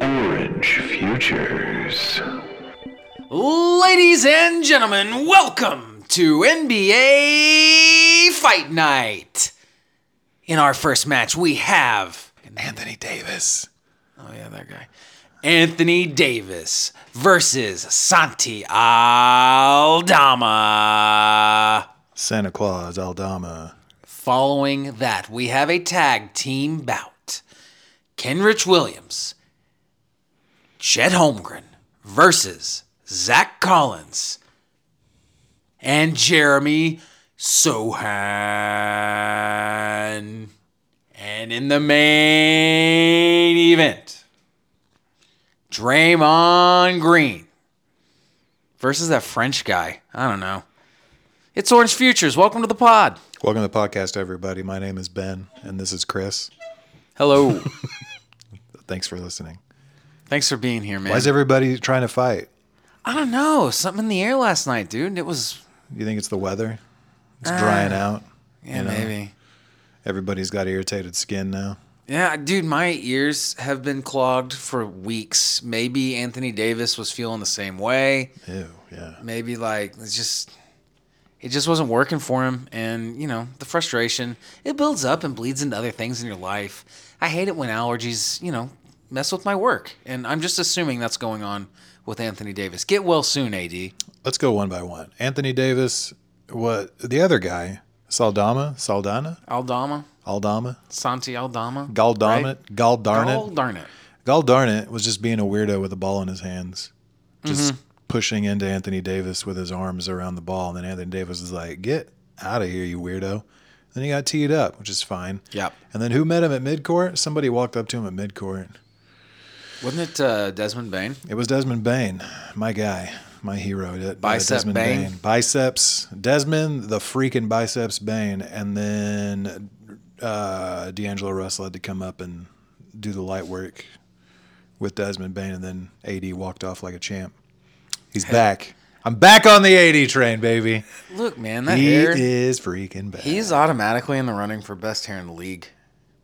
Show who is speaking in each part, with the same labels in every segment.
Speaker 1: Orange Futures.
Speaker 2: Ladies and gentlemen, welcome to NBA Fight Night. In our first match, we have
Speaker 3: Anthony Davis.
Speaker 2: oh yeah that guy Anthony Davis versus Santi Aldama.
Speaker 3: Santa Claus, Aldama.
Speaker 2: Following that, we have a tag team bout. Kenrich Williams, Chet Holmgren versus Zach Collins and Jeremy Sohan. And in the main event, Draymond Green versus that French guy. I don't know. It's Orange Futures. Welcome to the pod.
Speaker 3: Welcome to the podcast, everybody. My name is Ben, and this is Chris.
Speaker 2: Hello.
Speaker 3: Thanks for listening.
Speaker 2: Thanks for being here, man.
Speaker 3: Why is everybody trying to fight?
Speaker 2: I don't know. Something in the air last night, dude. It was
Speaker 3: You think it's the weather? It's drying out.
Speaker 2: yeah,
Speaker 3: you know?
Speaker 2: maybe.
Speaker 3: Everybody's got irritated skin now.
Speaker 2: Yeah, dude, my ears have been clogged for weeks. Maybe Anthony Davis was feeling the same way.
Speaker 3: Ew, yeah.
Speaker 2: Maybe like it's just it just wasn't working for him and, you know, the frustration, it builds up and bleeds into other things in your life. I hate it when allergies, you know, mess with my work. And I'm just assuming that's going on with Anthony Davis. Get well soon, AD.
Speaker 3: Let's go one by one. Anthony Davis, what the other guy, Saldama, Saldana,
Speaker 2: Aldama,
Speaker 3: Aldama,
Speaker 2: Santi Aldama.
Speaker 3: Galdarnit,
Speaker 2: Right? Oh,
Speaker 3: Galdarnit,
Speaker 2: darn it.
Speaker 3: Galdarnit was just being a weirdo with a ball in his hands, just pushing into Anthony Davis with his arms around the ball, and then Anthony Davis was like, "Get out of here, you weirdo." Then he got teed up, which is fine.
Speaker 2: Yep.
Speaker 3: And then who met him at midcourt? Somebody walked up to him at midcourt.
Speaker 2: Wasn't it uh, Desmond Bain?
Speaker 3: It was Desmond Bain, my guy, my hero. De- uh,
Speaker 2: Bicep
Speaker 3: Desmond
Speaker 2: Bane.
Speaker 3: Biceps. Desmond, the freaking biceps Bane. And then uh, D'Angelo Russell had to come up and do the light work with Desmond Bain. And then AD walked off like a champ. He's back. I'm back on the AD train, baby.
Speaker 2: Look, man, that
Speaker 3: he
Speaker 2: hair.
Speaker 3: is freaking back.
Speaker 2: He's automatically in the running for best hair in the league.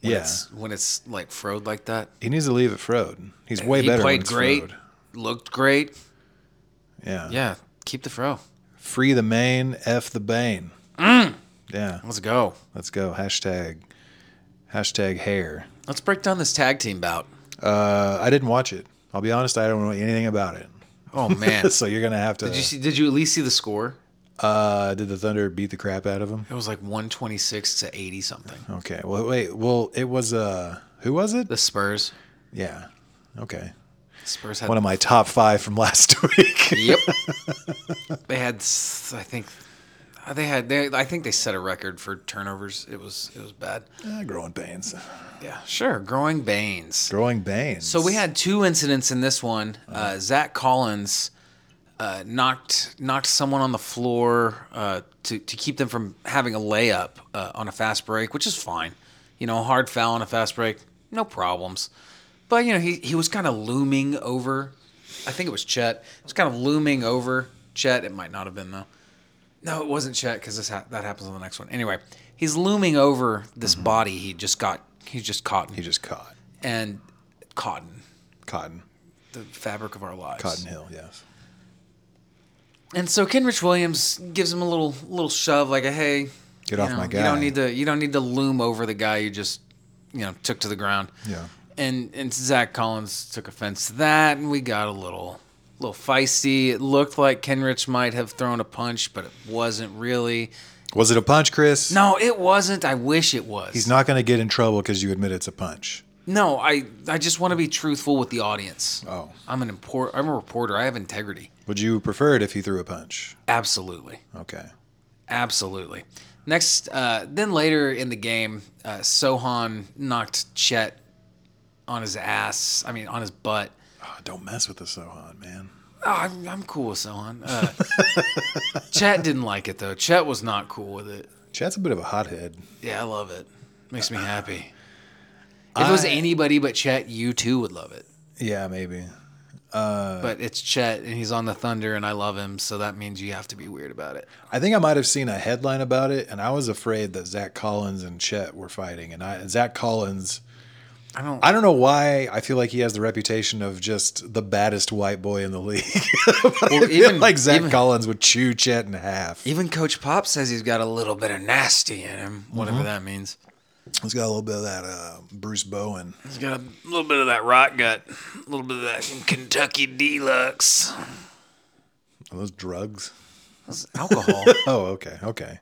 Speaker 2: When
Speaker 3: Yeah.
Speaker 2: It's, when it's like frode like that.
Speaker 3: he needs to leave it Frode. He's way
Speaker 2: he
Speaker 3: better. when
Speaker 2: played
Speaker 3: it's
Speaker 2: great,
Speaker 3: Frode.
Speaker 2: looked great.
Speaker 3: Yeah.
Speaker 2: Yeah, keep the fro.
Speaker 3: Free the main, F the Bane.
Speaker 2: Mm.
Speaker 3: Yeah.
Speaker 2: Let's go.
Speaker 3: Let's go. Hashtag hashtag hair.
Speaker 2: Let's break down this tag team bout.
Speaker 3: Uh, I didn't watch it. I'll be honest, I don't know anything about it.
Speaker 2: Oh man.
Speaker 3: So you're gonna have to.
Speaker 2: did you see, did you at least see the score?
Speaker 3: uh, did the Thunder beat the crap out of them?
Speaker 2: It was like 126 to 80 something.
Speaker 3: Okay. Well, wait. Well, it was uh, who was it?
Speaker 2: The Spurs.
Speaker 3: Yeah. Okay.
Speaker 2: Spurs had
Speaker 3: One of my top five from last week.
Speaker 2: Yep. they had s- I think uh, they had they I think they set a record for turnovers. It was it was bad.
Speaker 3: Ah, growing pains.
Speaker 2: Yeah, sure. Growing Baines.
Speaker 3: Growing pains.
Speaker 2: So we had two incidents in this one. Uh, Zach Collins uh, knocked knocked someone on the floor uh, to to keep them from having a layup uh, on a fast break, which is fine. You know, a hard foul on a fast break, no problems. But you know, he he was kind of looming over. I think it was Chet. It was kind of looming over Chet. It might not have been though. No, it wasn't Chet because this ha- that happens on the next one. Anyway, he's looming over this body he just got. He just caught
Speaker 3: He just caught
Speaker 2: and cotton,
Speaker 3: Cotton.
Speaker 2: the fabric of our lives.
Speaker 3: Cotton Hill. Yes.
Speaker 2: And so Kenrich Williams gives him a little little shove, like a hey,
Speaker 3: Get
Speaker 2: you
Speaker 3: off
Speaker 2: know,
Speaker 3: my
Speaker 2: You don't
Speaker 3: guy."
Speaker 2: need to you don't need to loom over the guy you just you know took to the ground.
Speaker 3: Yeah.
Speaker 2: And and Zach Collins took offense to that, and we got a little little feisty. It looked like Kenrich might have thrown a punch, but it wasn't really.
Speaker 3: Was it a punch, Chris?
Speaker 2: No, it wasn't. I wish it was.
Speaker 3: He's not gonna get in trouble because you admit it's a punch.
Speaker 2: No, I I just want to be truthful with the audience.
Speaker 3: Oh.
Speaker 2: I'm an import. I'm a reporter. I have integrity.
Speaker 3: Would you prefer it if he threw a punch?
Speaker 2: Absolutely.
Speaker 3: Okay.
Speaker 2: Absolutely. Next, uh, then later in the game, uh, Sohan knocked Chet on his ass. I mean, on his butt.
Speaker 3: Oh, don't mess with the Sohan, man.
Speaker 2: Oh, I'm, I'm cool with Sohan. Uh, Chet didn't like it though. Chet was not cool with it.
Speaker 3: Chad's a bit of a hothead.
Speaker 2: Yeah, I love it. Makes me happy. If it was
Speaker 3: I-
Speaker 2: anybody but Chet, you too would love it.
Speaker 3: Yeah, maybe.
Speaker 2: but it's Chet, and he's on the Thunder, and I love him, so that means you have to be weird about it.
Speaker 3: I think I might have seen a headline about it, and I was afraid that Zach Collins and Chet were fighting. And I, Zach Collins,
Speaker 2: I don't.
Speaker 3: I don't know why I feel like he has the reputation of just the baddest white boy in the league. But I
Speaker 2: Well,
Speaker 3: feel
Speaker 2: even-
Speaker 3: like Zach
Speaker 2: even-
Speaker 3: Collins would chew Chet in half.
Speaker 2: even Coach Pop says he's got a little bit of nasty in him, whatever
Speaker 3: Mm-hmm.
Speaker 2: that means.
Speaker 3: He's got a little bit of that uh, Bruce Bowen.
Speaker 2: He's got a little bit of that rot gut, a little bit of that Kentucky Deluxe.
Speaker 3: Are those drugs?
Speaker 2: That's alcohol.
Speaker 3: Oh, okay, okay.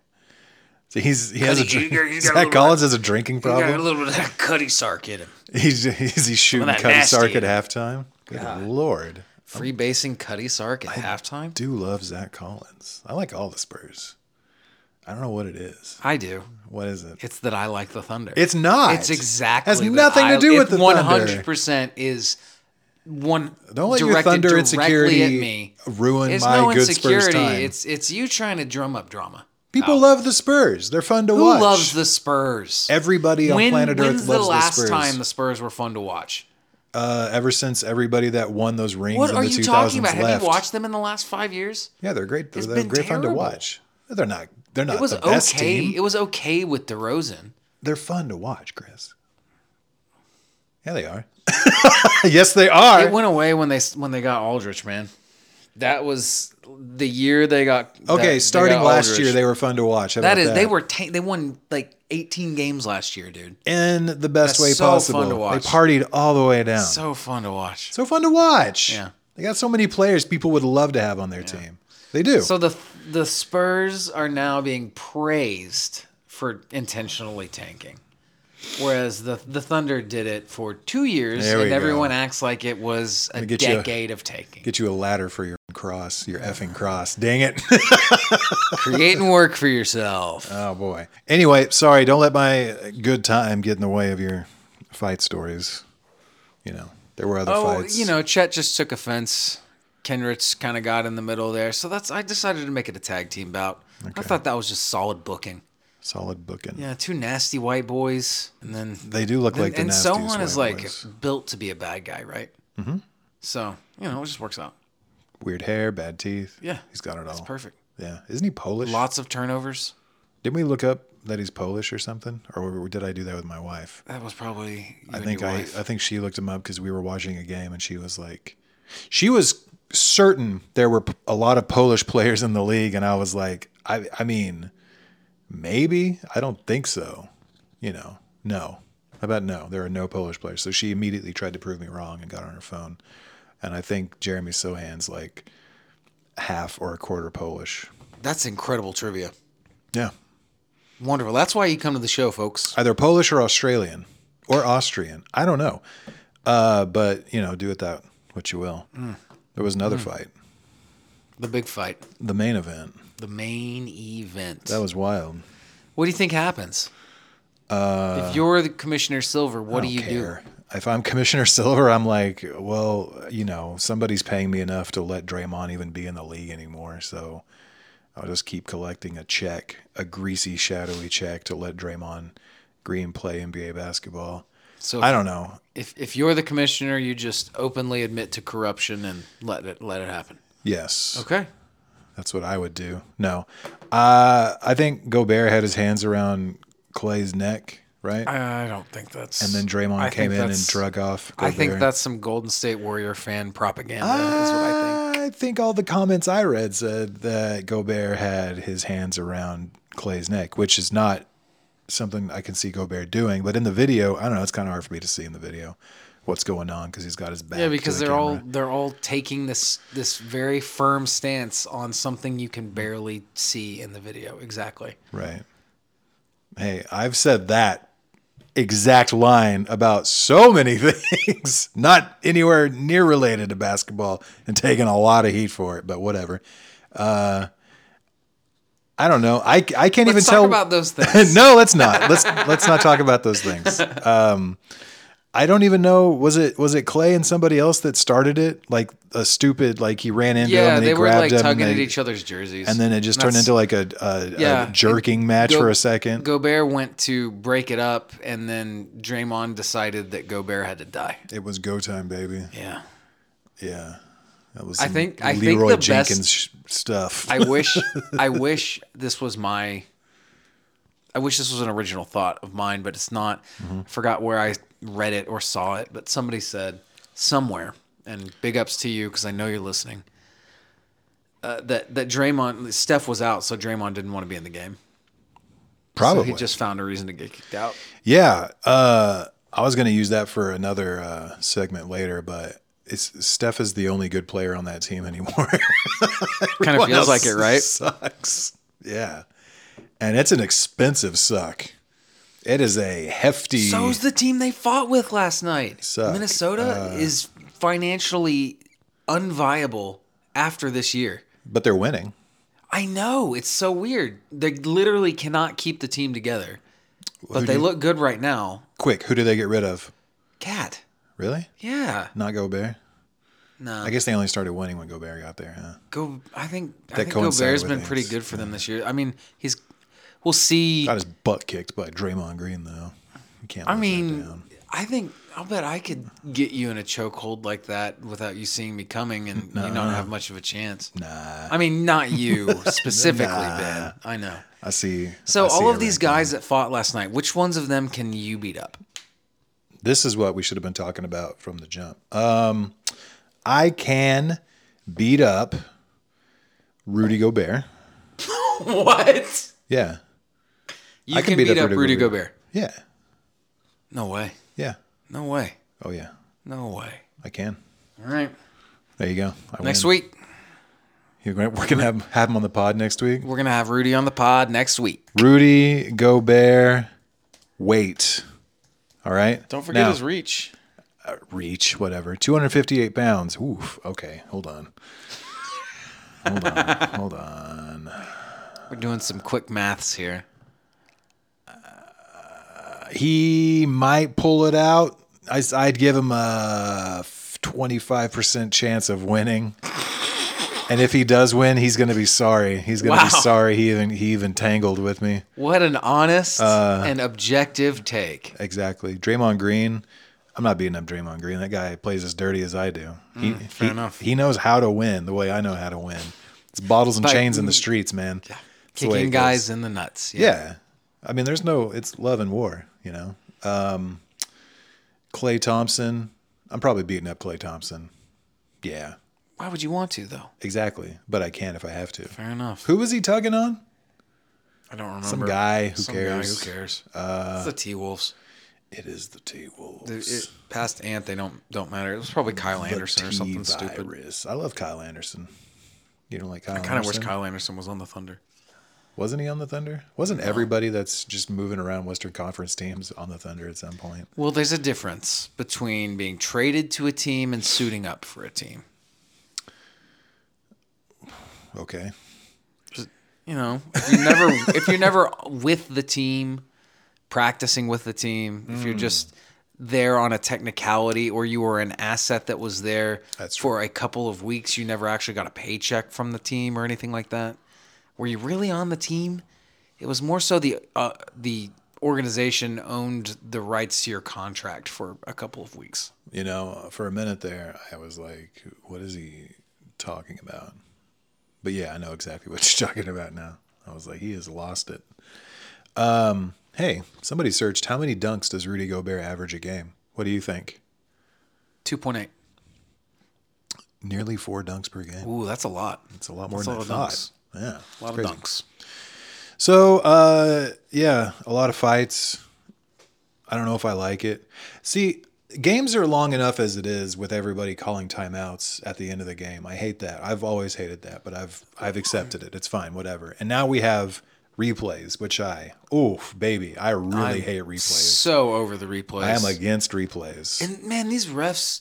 Speaker 3: So he's he has a
Speaker 2: He's got-
Speaker 3: drink.
Speaker 2: he's got a
Speaker 3: Zach
Speaker 2: little-
Speaker 3: Collins has a drinking
Speaker 2: He got a
Speaker 3: problem.
Speaker 2: little bit of that Cuddy Sark in him.
Speaker 3: He's he's, he's shooting
Speaker 2: that
Speaker 3: Cuddy Sark
Speaker 2: nasty.
Speaker 3: at halftime. Good lord,
Speaker 2: Free basing Cuddy Sark at halftime?
Speaker 3: do love Zach Collins. I like all the Spurs. I don't know what it is.
Speaker 2: I do.
Speaker 3: What is it?
Speaker 2: It's that I like the Thunder.
Speaker 3: It's not.
Speaker 2: It's exactly.
Speaker 3: Has
Speaker 2: that
Speaker 3: nothing
Speaker 2: I-
Speaker 3: to do
Speaker 2: it
Speaker 3: with the
Speaker 2: 100%
Speaker 3: Thunder.
Speaker 2: is one.
Speaker 3: Don't let your
Speaker 2: directed
Speaker 3: Thunder
Speaker 2: directly
Speaker 3: insecurity
Speaker 2: at me.
Speaker 3: ruin
Speaker 2: It's
Speaker 3: my
Speaker 2: no
Speaker 3: good Spurs
Speaker 2: insecurity.
Speaker 3: time.
Speaker 2: It's it's you trying to drum up drama.
Speaker 3: People love the Spurs. They're fun to
Speaker 2: Who
Speaker 3: watch.
Speaker 2: loves the Spurs?
Speaker 3: Everybody on
Speaker 2: When-
Speaker 3: planet
Speaker 2: when's
Speaker 3: Earth
Speaker 2: the
Speaker 3: loves
Speaker 2: last
Speaker 3: Spurs.
Speaker 2: time the Spurs were fun to watch?
Speaker 3: uh, ever since everybody that won those rings
Speaker 2: What
Speaker 3: in
Speaker 2: are
Speaker 3: the
Speaker 2: you
Speaker 3: 2000s
Speaker 2: talking about?
Speaker 3: left.
Speaker 2: Have you watched them in the last five years?
Speaker 3: Yeah, they're great. They're,
Speaker 2: It's
Speaker 3: they're
Speaker 2: been
Speaker 3: great fun to
Speaker 2: terrible.
Speaker 3: watch. They're not. They're not
Speaker 2: It was
Speaker 3: the best
Speaker 2: okay.
Speaker 3: team.
Speaker 2: It was okay with DeRozan.
Speaker 3: They're fun to watch, Chris. Yeah, they are. yes, they are.
Speaker 2: It went away when they when they got Aldrich, man. That was the year they got.
Speaker 3: okay, starting last year,
Speaker 2: they
Speaker 3: they were fun to watch. How
Speaker 2: that
Speaker 3: about
Speaker 2: is they were ta- they won like 18 games last year, dude.
Speaker 3: in the best
Speaker 2: That's
Speaker 3: way
Speaker 2: so fun
Speaker 3: possible.
Speaker 2: to watch.
Speaker 3: They partied all the way down. So,
Speaker 2: So fun to watch.
Speaker 3: fun to watch.
Speaker 2: Yeah.
Speaker 3: they got so many players people would love to have on their team. They do.
Speaker 2: So the the Spurs are now being praised for intentionally tanking, whereas the the Thunder did it for two years,
Speaker 3: There we
Speaker 2: and
Speaker 3: go.
Speaker 2: everyone acts like it was a
Speaker 3: get you a-
Speaker 2: decade of tanking.
Speaker 3: Get you a ladder for your cross, your effing cross. Dang it.
Speaker 2: Creating work for yourself.
Speaker 3: Oh boy. Anyway, sorry. Don't let my good time get in the way of your fight stories. You know, there were other
Speaker 2: oh,
Speaker 3: fights.
Speaker 2: you know, Chet just took offense. Kenrich kind of got in the middle there, so that's I decided to make it a tag team bout. I thought that was just solid booking.
Speaker 3: solid booking.
Speaker 2: Yeah, two nasty white boys, and then
Speaker 3: They do look like the
Speaker 2: and
Speaker 3: nastiest
Speaker 2: someone is
Speaker 3: white
Speaker 2: like
Speaker 3: boys.
Speaker 2: built to be a bad guy, right? Mm-hmm. So you know, it just works out.
Speaker 3: weird hair, bad teeth.
Speaker 2: Yeah.
Speaker 3: he's got it all.
Speaker 2: Perfect.
Speaker 3: Yeah, isn't he Polish?
Speaker 2: Lots of turnovers.
Speaker 3: Didn't we look up that he's Polish or something, or did I do that with my wife?
Speaker 2: That was probably. You
Speaker 3: I think I, uh, I think she looked him up because we were watching a game and she was like, she was certain there were p- a lot of Polish players in the league, and I was like, I, I mean, maybe I don't think so. You know, no. How about no? There are no Polish players. So she immediately tried to prove me wrong and got on her phone. And I think Jeremy Sohan's like half or a quarter Polish.
Speaker 2: That's incredible trivia.
Speaker 3: Yeah,
Speaker 2: Wonderful. That's why you come to the show, folks.
Speaker 3: either Polish or Australian or Austrian. I don't know. Uh, but you know, do with that what you will.
Speaker 2: Mm.
Speaker 3: There was another fight,
Speaker 2: The big fight,
Speaker 3: the main event.
Speaker 2: the main event.
Speaker 3: That was wild.
Speaker 2: what do you think happens? Uh, if you're the commissioner Silver, what do you do?
Speaker 3: If I'm Commissioner Silver, I'm like, well, you know, somebody's paying me enough to let Draymond even be in the league anymore. So I'll just keep collecting a check, a greasy, shadowy check to let Draymond Green play NBA basketball.
Speaker 2: So
Speaker 3: I don't know.
Speaker 2: if if you're the commissioner, you just openly admit to corruption and let it let it happen.
Speaker 3: Yes.
Speaker 2: Okay.
Speaker 3: That's what I would do. No, uh, I think Gobert had his hands around Clay's neck, right?
Speaker 2: I don't think that's.
Speaker 3: and then Draymond
Speaker 2: I
Speaker 3: came
Speaker 2: think
Speaker 3: in and
Speaker 2: that's-
Speaker 3: drug off.
Speaker 2: I think
Speaker 3: Gobert.
Speaker 2: that's some Golden State Warrior fan propaganda. is what I think.
Speaker 3: I think. all the comments I read said that Gobert had his hands around Clay's neck, which is not something I can see Gobert doing. But in the video, I don't know. It's kind of hard for me to see in the video what's going on because he's got his back.
Speaker 2: Yeah,
Speaker 3: to
Speaker 2: because
Speaker 3: the
Speaker 2: they're all
Speaker 3: camera.
Speaker 2: they're all taking this this very firm stance on something you can barely see in the video. Exactly.
Speaker 3: Right. Hey, I've said that exact line about so many things, not anywhere near related to basketball, and taken a lot of heat for it, but whatever. Uh, I don't know. I, I can't even
Speaker 2: Let's talk
Speaker 3: tell.
Speaker 2: about those things.
Speaker 3: no, let's not. Let's let's not talk about those things. Um, I don't even know. Was it was it Clay and somebody else that started it? Like a stupid, like he ran into him
Speaker 2: yeah,
Speaker 3: and
Speaker 2: they
Speaker 3: he
Speaker 2: were
Speaker 3: grabbed
Speaker 2: like
Speaker 3: him. and
Speaker 2: tugging at
Speaker 3: they-
Speaker 2: each other's jerseys,
Speaker 3: and then it just turned
Speaker 2: That's-
Speaker 3: into like a, a,
Speaker 2: Yeah.
Speaker 3: a jerking match
Speaker 2: Go-
Speaker 3: for a second.
Speaker 2: Gobert went to break it up, and then Draymond decided that Gobert had to die.
Speaker 3: It was go time, baby.
Speaker 2: Yeah,
Speaker 3: Yeah. That was
Speaker 2: I
Speaker 3: some
Speaker 2: think- I think
Speaker 3: Leroy
Speaker 2: the best-
Speaker 3: Jenkins sh- stuff.
Speaker 2: I wish I wish this was my I wish this was an original thought of mine, but it's not. I forgot where I read it or saw it, but somebody said somewhere, and big ups to you because I know you're listening. Uh, that that Draymond Steph was out, so Draymond didn't want to be in the game.
Speaker 3: Probably.
Speaker 2: So he just found a reason to get kicked out.
Speaker 3: Yeah, uh, I was going to use that for another uh, segment later, but it's Steph is the only good player on that team anymore.
Speaker 2: Kind of
Speaker 3: Everyone
Speaker 2: feels like
Speaker 3: else
Speaker 2: it, right?
Speaker 3: Sucks. Yeah, and it's an expensive suck. It is a hefty.
Speaker 2: So's the team they fought with last night.
Speaker 3: Suck. Uh.
Speaker 2: Minnesota is financially unviable after this year.
Speaker 3: but they're winning.
Speaker 2: I know it's so weird. They literally cannot keep the team together, but
Speaker 3: Who
Speaker 2: they
Speaker 3: do-
Speaker 2: look good right now.
Speaker 3: Quick, who do they get rid of?
Speaker 2: Cat,
Speaker 3: Really?
Speaker 2: yeah,
Speaker 3: Not Gobert.
Speaker 2: no,
Speaker 3: I guess they only started winning when Gobert got there, huh?
Speaker 2: go. I think I
Speaker 3: That
Speaker 2: think
Speaker 3: coincided
Speaker 2: Gobert's
Speaker 3: with
Speaker 2: been
Speaker 3: things.
Speaker 2: pretty good for them this year. I mean, he's. We'll see.
Speaker 3: Got his butt kicked by Draymond Green though. You can't.
Speaker 2: I
Speaker 3: let that
Speaker 2: mean,
Speaker 3: down.
Speaker 2: I think I'll bet I could get you in a chokehold like that without you seeing me coming and you not have much of a chance.
Speaker 3: nah.
Speaker 2: I mean, not you specifically,
Speaker 3: Nah.
Speaker 2: Ben. I know.
Speaker 3: I see.
Speaker 2: So
Speaker 3: I see
Speaker 2: all of
Speaker 3: it
Speaker 2: these
Speaker 3: right now.
Speaker 2: guys that fought last night, which ones of them can you beat up?
Speaker 3: this is what we should have been talking about from the jump. Um, I can beat up Rudy Gobert.
Speaker 2: What?
Speaker 3: Yeah,
Speaker 2: You
Speaker 3: I
Speaker 2: can, beat, up, Rudy Gobert.
Speaker 3: yeah,
Speaker 2: No way.
Speaker 3: yeah.
Speaker 2: No way.
Speaker 3: Oh yeah,
Speaker 2: No way.
Speaker 3: I can.
Speaker 2: All right.
Speaker 3: There you go. I
Speaker 2: Next
Speaker 3: win.
Speaker 2: week,
Speaker 3: You're gonna, we're gonna have, have him on the pod next week.
Speaker 2: we're going to have Rudy on the pod next week.
Speaker 3: Rudy Gobert, wait. All right. Now-
Speaker 2: reach.
Speaker 3: reach, whatever. 258 pounds. Oof. Okay. Hold on. Hold on. Hold on.
Speaker 2: We're doing some quick maths here.
Speaker 3: He might pull it out. I, would give him a 25% chance of winning. And if he does win, he's going to be sorry. He's going to
Speaker 2: Wow.
Speaker 3: be sorry he even he even tangled with me.
Speaker 2: What an honest and objective take.
Speaker 3: Exactly. Draymond Green. I'm not beating up Draymond Green. That guy plays as dirty as I do. He, he,
Speaker 2: Hmm, enough.
Speaker 3: He knows how to win the way I know how to win. It's bottles and
Speaker 2: By-
Speaker 3: chains in the streets, man. That's the way
Speaker 2: Kicking
Speaker 3: it
Speaker 2: guys
Speaker 3: goes.
Speaker 2: in the nuts.
Speaker 3: Yeah. I mean, there's no, it's love and war, you know? Um, Clay Thompson. I'm probably beating up Clay Thompson. Yeah,
Speaker 2: Why would you want to, though?
Speaker 3: exactly. But I can if I have to.
Speaker 2: Fair enough.
Speaker 3: Who was he tugging on?
Speaker 2: I don't remember.
Speaker 3: Some guy who
Speaker 2: Some
Speaker 3: cares. Uh,
Speaker 2: guy who cares. it's the T Wolves.
Speaker 3: It is the T Wolves.
Speaker 2: Past Ant, they don't don't matter. It was probably Kyle Anderson or something stupid.
Speaker 3: virus. I love Kyle Anderson. You don't like Kyle
Speaker 2: I kind of wish
Speaker 3: Anderson?
Speaker 2: Kyle Anderson was on the Thunder.
Speaker 3: Wasn't he on the Thunder? Wasn't everybody that's just moving around Western Conference teams on the Thunder at some point?
Speaker 2: Well, there's a difference between being traded to a team and suiting up for a team.
Speaker 3: Okay.
Speaker 2: You know, if you're never if you're never with the team, practicing with the team, if
Speaker 3: Mm.
Speaker 2: you're just there on a technicality or you were an asset that was there
Speaker 3: That's
Speaker 2: for a couple of weeks, you never actually got a paycheck from the team or anything like that. Were you really on the team? It was more so the uh, the organization owned the rights to your contract for a couple of weeks.
Speaker 3: You know, for a minute there, I was like, what is he talking about? But yeah, I know exactly what you're talking about now. I was like, he has lost it. Um, hey, somebody searched how many dunks does Rudy Gobert average a game? What do you think?
Speaker 2: 2.8.
Speaker 3: Nearly four dunks per game.
Speaker 2: Ooh, that's a lot.
Speaker 3: It's a lot more
Speaker 2: That's
Speaker 3: than
Speaker 2: a
Speaker 3: I
Speaker 2: lot of
Speaker 3: thought.
Speaker 2: dunks.
Speaker 3: Yeah,
Speaker 2: A lot
Speaker 3: crazy.
Speaker 2: of dunks.
Speaker 3: So, uh, yeah, a lot of fights. I don't know if I like it. See, games are long enough as it is with everybody calling timeouts at the end of the game. I hate that. I've always hated that, but I've I've accepted it. It's fine, whatever. And now we have replays, which I oof, baby, I really hate replays.
Speaker 2: So over the replays.
Speaker 3: I am against replays.
Speaker 2: And man, these refs,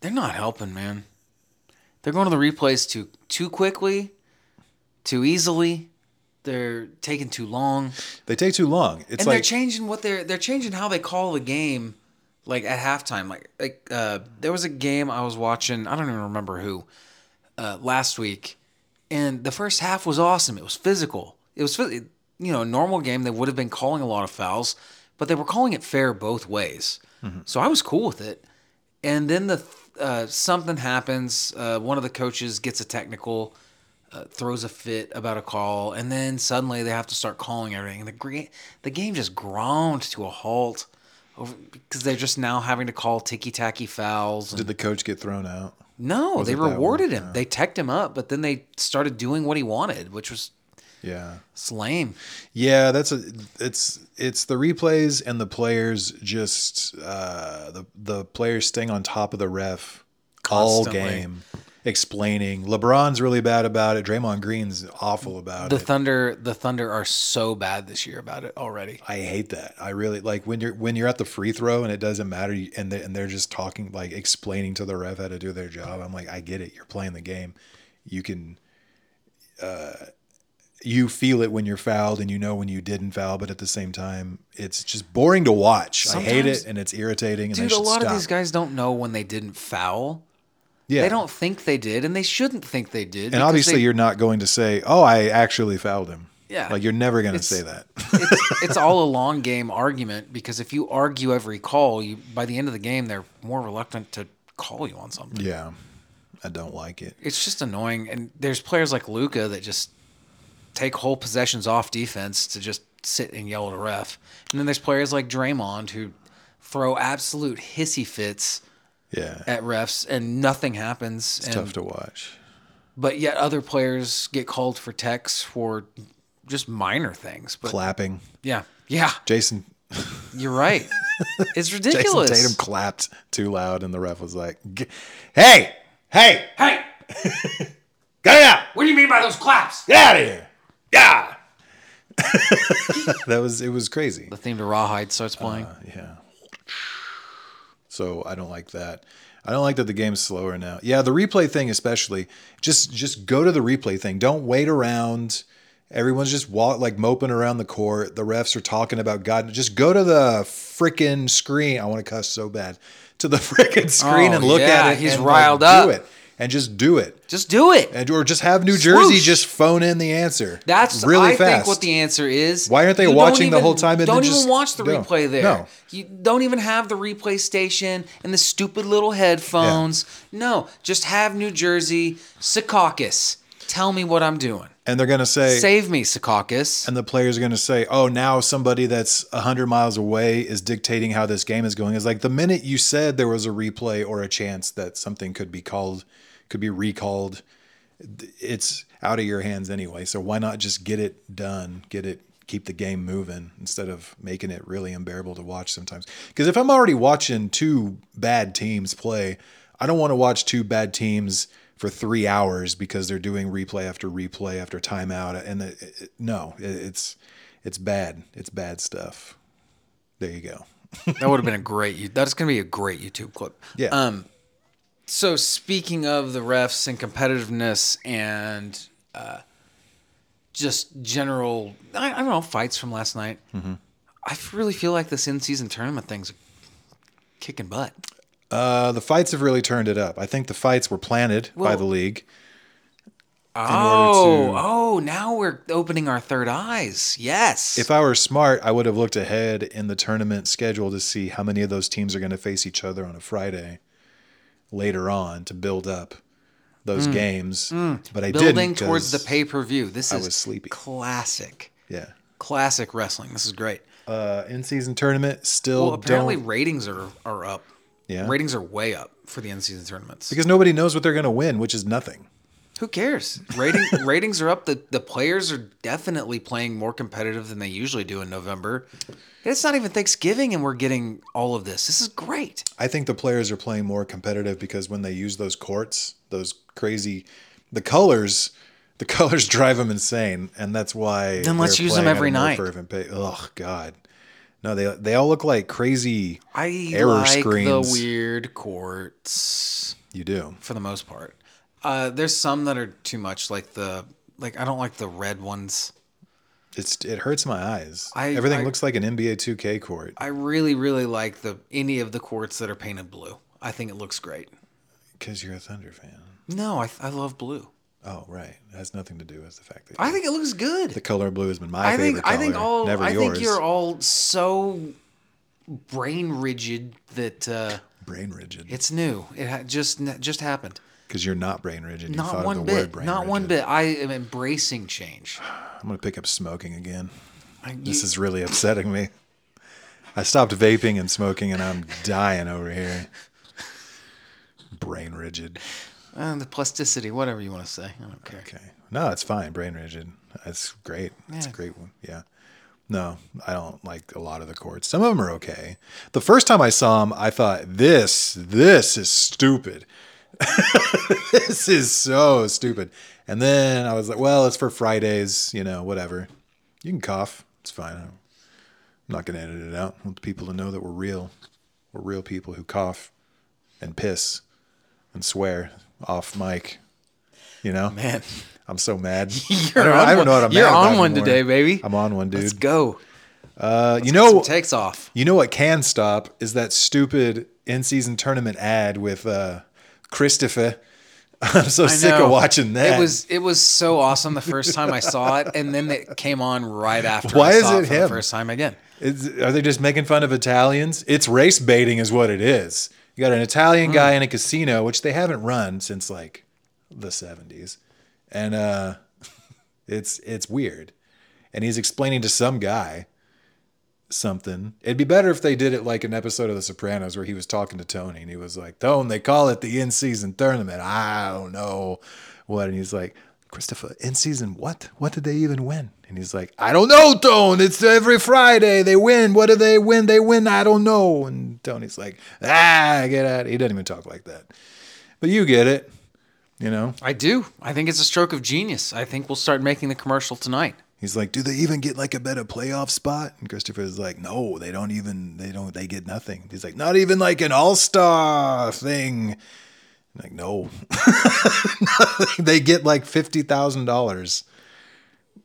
Speaker 2: they're not helping, man. They're going to the replays too too quickly, too easily. They're taking too long,
Speaker 3: they take too long. It's
Speaker 2: and they're
Speaker 3: like
Speaker 2: changing what they're they're changing how they call the game. Like at halftime, like like uh, there was a game I was watching. I don't even remember who uh, last week, and the first half was awesome. It was physical. It was phys- you know a normal game they would have been calling a lot of fouls,
Speaker 3: Mm-hmm.
Speaker 2: but they were calling it fair both ways. So I was cool with it. And then the th- uh, something happens. Uh, one of the coaches gets a technical, uh, throws a fit about a call, and then suddenly they have to start calling everything. And the gre- the game just ground to a halt over because they're just now having to call ticky tacky fouls. and-
Speaker 3: Did the coach get thrown out?
Speaker 2: no, they
Speaker 3: it that one?
Speaker 2: rewarded him. They teched him up, but then they started doing what he wanted, which was
Speaker 3: Yeah.
Speaker 2: it's lame.
Speaker 3: Yeah, that's a it's it's the replays and the players just uh the the players staying on top of the ref
Speaker 2: Constantly.
Speaker 3: all game explaining. LeBron's really bad about it. Draymond Green's awful about
Speaker 2: The
Speaker 3: it.
Speaker 2: Thunder, the Thunder are so bad this year about it already.
Speaker 3: I hate that. I really like when you're when you're at the free throw and it doesn't matter you- and they, and they're just talking like explaining to the ref how to do their job. I'm like, I get it. You're playing the game. You can uh you feel it when you're fouled and you know when you didn't foul, but at the same time, it's just boring to watch. I hate
Speaker 2: Sometimes-
Speaker 3: it and it's irritating and they
Speaker 2: Dude, a
Speaker 3: should
Speaker 2: lot
Speaker 3: stop.
Speaker 2: of these guys don't know when they didn't foul.
Speaker 3: yeah.
Speaker 2: They don't think they did, and they shouldn't think they did.
Speaker 3: and obviously you're not going to say, "Oh, I actually fouled him."
Speaker 2: Yeah.
Speaker 3: Like you're never going to
Speaker 2: It's-
Speaker 3: say that.
Speaker 2: it's, it's all a long game argument because if you argue every call, you by the end of the game they're more reluctant to call you on something.
Speaker 3: yeah. I don't like it.
Speaker 2: It's just annoying. And there's players like Luca that just take whole possessions off defense to just sit and yell at a ref. And then there's players like Draymond who throw absolute hissy fits
Speaker 3: Yeah.
Speaker 2: at refs and nothing happens. and,
Speaker 3: Tough to watch.
Speaker 2: But yet other players get called for techs for just minor things. But
Speaker 3: Clapping.
Speaker 2: yeah, yeah,
Speaker 3: Jason
Speaker 2: you're right. It's
Speaker 3: Jason
Speaker 2: ridiculous.
Speaker 3: Tatum clapped too loud, and the ref was like, "G- "Hey, hey,
Speaker 2: Hey,
Speaker 3: get out,
Speaker 2: what do you mean by those claps?
Speaker 3: get out of here!" Yeah, that was it. Was crazy.
Speaker 2: The theme to Rawhide starts playing.
Speaker 3: Uh, Yeah. So I don't like that. I don't like that the game's slower now. Yeah, the replay thing especially. Just just go to the replay thing. Don't wait around. Everyone's just walk like moping around the court. The refs are talking about God. Just go to the freaking screen. I want to cuss so bad. To the freaking screen
Speaker 2: Oh,
Speaker 3: and look
Speaker 2: yeah,
Speaker 3: at it.
Speaker 2: he's
Speaker 3: and,
Speaker 2: riled
Speaker 3: like, Do
Speaker 2: up.
Speaker 3: it and just do it.
Speaker 2: just do it.
Speaker 3: And or just have New Jersey
Speaker 2: Swoosh.
Speaker 3: just phone in the answer.
Speaker 2: That's
Speaker 3: really
Speaker 2: I
Speaker 3: fast.
Speaker 2: think what the answer is.
Speaker 3: Why aren't they
Speaker 2: You don't
Speaker 3: watching the
Speaker 2: even-
Speaker 3: whole time and
Speaker 2: don't
Speaker 3: then
Speaker 2: even
Speaker 3: just
Speaker 2: watch the
Speaker 3: don't?
Speaker 2: replay there.
Speaker 3: No.
Speaker 2: You don't even have the replay station and the stupid little headphones. No, just have New Jersey Secaucus. Tell me what I'm doing.
Speaker 3: and they're gonna say
Speaker 2: Save me, Secaucus.
Speaker 3: and the players are going to say, "Oh, now somebody that's 100 miles away is dictating how this game is going." Is like the minute you said there was a replay or a chance that something could be called, could be recalled, th- it's out of your hands anyway. So why not just get it done? Get it keep the game moving instead of making it really unbearable to watch sometimes. Cuz if I'm already watching two bad teams play, I don't want to watch two bad teams for three hours because they're doing replay after replay after timeout. And it, it- no, it, it's it's bad. It's bad stuff. There you go.
Speaker 2: That would have been a great. you- That's going to be a great YouTube clip.
Speaker 3: Yeah.
Speaker 2: Um. So speaking of the refs and competitiveness and uh, just general, I, I don't know, fights from last night.
Speaker 3: Mm-hmm.
Speaker 2: I f- really feel like this in-season tournament thing's kicking butt.
Speaker 3: Uh, the fights have really turned it up. I think the fights were planted by
Speaker 2: Well-
Speaker 3: the league.
Speaker 2: Oh,
Speaker 3: order to-
Speaker 2: oh! Now we're opening our third eyes. Yes.
Speaker 3: If I were smart, I would have looked ahead in the tournament schedule to see how many of those teams are going to face each other on a Friday later on to build up those games. But I
Speaker 2: Mm. Building
Speaker 3: didn't.
Speaker 2: towards the
Speaker 3: 'cause-
Speaker 2: pay per view. This is
Speaker 3: was sleepy.
Speaker 2: classic,
Speaker 3: Yeah.
Speaker 2: classic wrestling. This is great.
Speaker 3: Uh, in season tournament still
Speaker 2: Well, apparently
Speaker 3: don't
Speaker 2: ratings are are up.
Speaker 3: Yeah.
Speaker 2: ratings are way up for the end season tournaments.
Speaker 3: because nobody knows what they're going to win, which is nothing.
Speaker 2: Who cares? Rating ratings are up. The the players are definitely playing more competitive than they usually do in November. It's not even Thanksgiving, and we're getting all of this. This is great.
Speaker 3: I think the players are playing more competitive because when they use those courts, those crazy, the colors, the colors drive them insane, and that's why.
Speaker 2: Then let's
Speaker 3: they're
Speaker 2: use 'em
Speaker 3: playing
Speaker 2: every
Speaker 3: at a more
Speaker 2: night.
Speaker 3: fervent pa- Oh God, no, they they all look like crazy
Speaker 2: I
Speaker 3: error
Speaker 2: like the
Speaker 3: screens.
Speaker 2: weird courts
Speaker 3: you do.
Speaker 2: for the most part. Uh, there's some that are too much, like the like I don't like the red ones.
Speaker 3: It's it hurts my eyes.
Speaker 2: I-
Speaker 3: Everything
Speaker 2: I-
Speaker 3: looks like an NBA 2K court.
Speaker 2: I really really like the any of the courts that are painted blue. I think it looks great.
Speaker 3: Because you're a Thunder fan.
Speaker 2: No, I th- I love blue.
Speaker 3: Oh right, it has nothing to do with the fact that
Speaker 2: I think it looks good.
Speaker 3: the color blue has been my
Speaker 2: I
Speaker 3: favorite
Speaker 2: think
Speaker 3: color.
Speaker 2: I think all
Speaker 3: never
Speaker 2: I
Speaker 3: yours.
Speaker 2: think you're all so brain rigid that uh,
Speaker 3: brain rigid
Speaker 2: It's new. It ha- just just happened.
Speaker 3: because you're not brain rigid. You
Speaker 2: Not
Speaker 3: thought
Speaker 2: one
Speaker 3: of the word
Speaker 2: bit.
Speaker 3: brain
Speaker 2: Not one
Speaker 3: rigid.
Speaker 2: bit. I am embracing change.
Speaker 3: I'm gonna pick up smoking again.
Speaker 2: I- you-
Speaker 3: This is really upsetting me. I stopped vaping and smoking, and I'm dying over here. Brain rigid.
Speaker 2: uh, the plasticity, whatever you want to say. I don't care.
Speaker 3: Okay. No, it's fine. Brain rigid. That's great. That's a
Speaker 2: Yeah.
Speaker 3: great one. Yeah. No, I don't like a lot of the chords. Some of them are okay. The first time I saw them, I thought, this, this is stupid. this is so stupid. And then I was like, well, it's for Fridays, you know, whatever. You can cough. It's fine. I don't- I'm not going to edit it out. I want the people to know that we're real. We're real people who cough and piss and swear off mic, you know?
Speaker 2: Man,
Speaker 3: I'm so mad.
Speaker 2: You're
Speaker 3: I don't, I
Speaker 2: on
Speaker 3: don't
Speaker 2: one-
Speaker 3: know what I'm
Speaker 2: you're
Speaker 3: mad
Speaker 2: on
Speaker 3: about
Speaker 2: one
Speaker 3: anymore.
Speaker 2: today, baby.
Speaker 3: I'm on one,
Speaker 2: let's
Speaker 3: dude.
Speaker 2: go.
Speaker 3: Uh, you
Speaker 2: Some
Speaker 3: know,
Speaker 2: takes off.
Speaker 3: you know what can stop is that stupid in-season tournament ad with uh, Christopher. I'm so
Speaker 2: I
Speaker 3: sick
Speaker 2: know.
Speaker 3: of watching that.
Speaker 2: It was it was so awesome the first time I saw it, and then it came on right after. I
Speaker 3: Why is
Speaker 2: saw
Speaker 3: it
Speaker 2: for
Speaker 3: him?
Speaker 2: The first time again.
Speaker 3: It's, are they just making fun of Italians? It's race baiting, is what it is. You got an
Speaker 2: Hmm.
Speaker 3: Italian guy in a casino, which they haven't run since like the '70s, and uh, it's it's weird. And he's explaining to some guy something. It'd be better if they did it like an episode of The Sopranos where he was talking to Tony and he was like, "Tone, they call it the in-season tournament. I don't know what." And he's like, "Christopher, in-season what? What did they even win?" And he's like, "I don't know, Tone. It's every Friday they win. What do they win? They win. I don't know." And Tony's like, "Ah, get out." He doesn't even talk like that, but you get it, you know.
Speaker 2: I do. I think it's a stroke of genius. I think we'll start making the commercial tonight.
Speaker 3: He's like, do they even get like a better playoff spot? And Christopher's like, no, they don't even, they don't, they get nothing. He's like, not even like an all star thing. I'm like, no, they get like $50,000,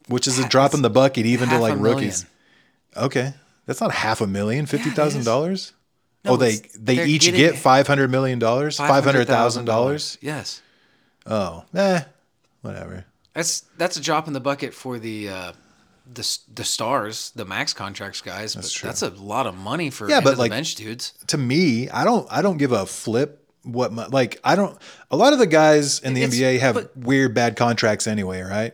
Speaker 3: which is a drop in the bucket even to
Speaker 2: half
Speaker 3: like
Speaker 2: a million.
Speaker 3: rookies. Okay. That's not half a million, $50,000.
Speaker 2: No,
Speaker 3: oh, they,
Speaker 2: it's-
Speaker 3: they
Speaker 2: they're
Speaker 3: each
Speaker 2: getting
Speaker 3: get
Speaker 2: it.
Speaker 3: $500 million, $500,000.
Speaker 2: Yes,
Speaker 3: Oh, eh, whatever.
Speaker 2: that's that's a drop in the bucket for the. Uh, the, s- the stars, the max contracts guys, that's, but
Speaker 3: true.
Speaker 2: that's a lot of money for
Speaker 3: Yeah,
Speaker 2: end
Speaker 3: but
Speaker 2: of the
Speaker 3: like-
Speaker 2: bench dudes.
Speaker 3: to me, I don't I don't give a flip what my, like I don't a lot of the guys in the
Speaker 2: It's-
Speaker 3: NBA have
Speaker 2: but-
Speaker 3: weird bad contracts anyway, right?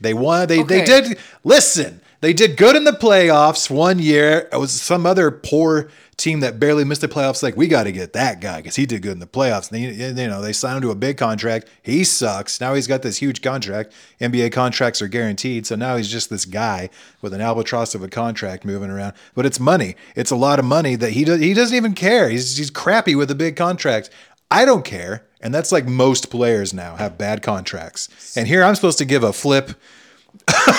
Speaker 3: They won they they
Speaker 2: Okay.
Speaker 3: did listen. They did good in the playoffs one year. It was some other poor team that barely missed the playoffs. Like we got to get that guy because he did good in the playoffs. And they, you know they signed him to a big contract. He sucks. Now he's got this huge contract. NBA contracts are guaranteed, so now he's just this guy with an albatross of a contract moving around. But it's money. It's a lot of money that he does. He doesn't even care. He's he's crappy with a big contract. I don't care. And that's like most players now have bad contracts. And here I'm supposed to give a flip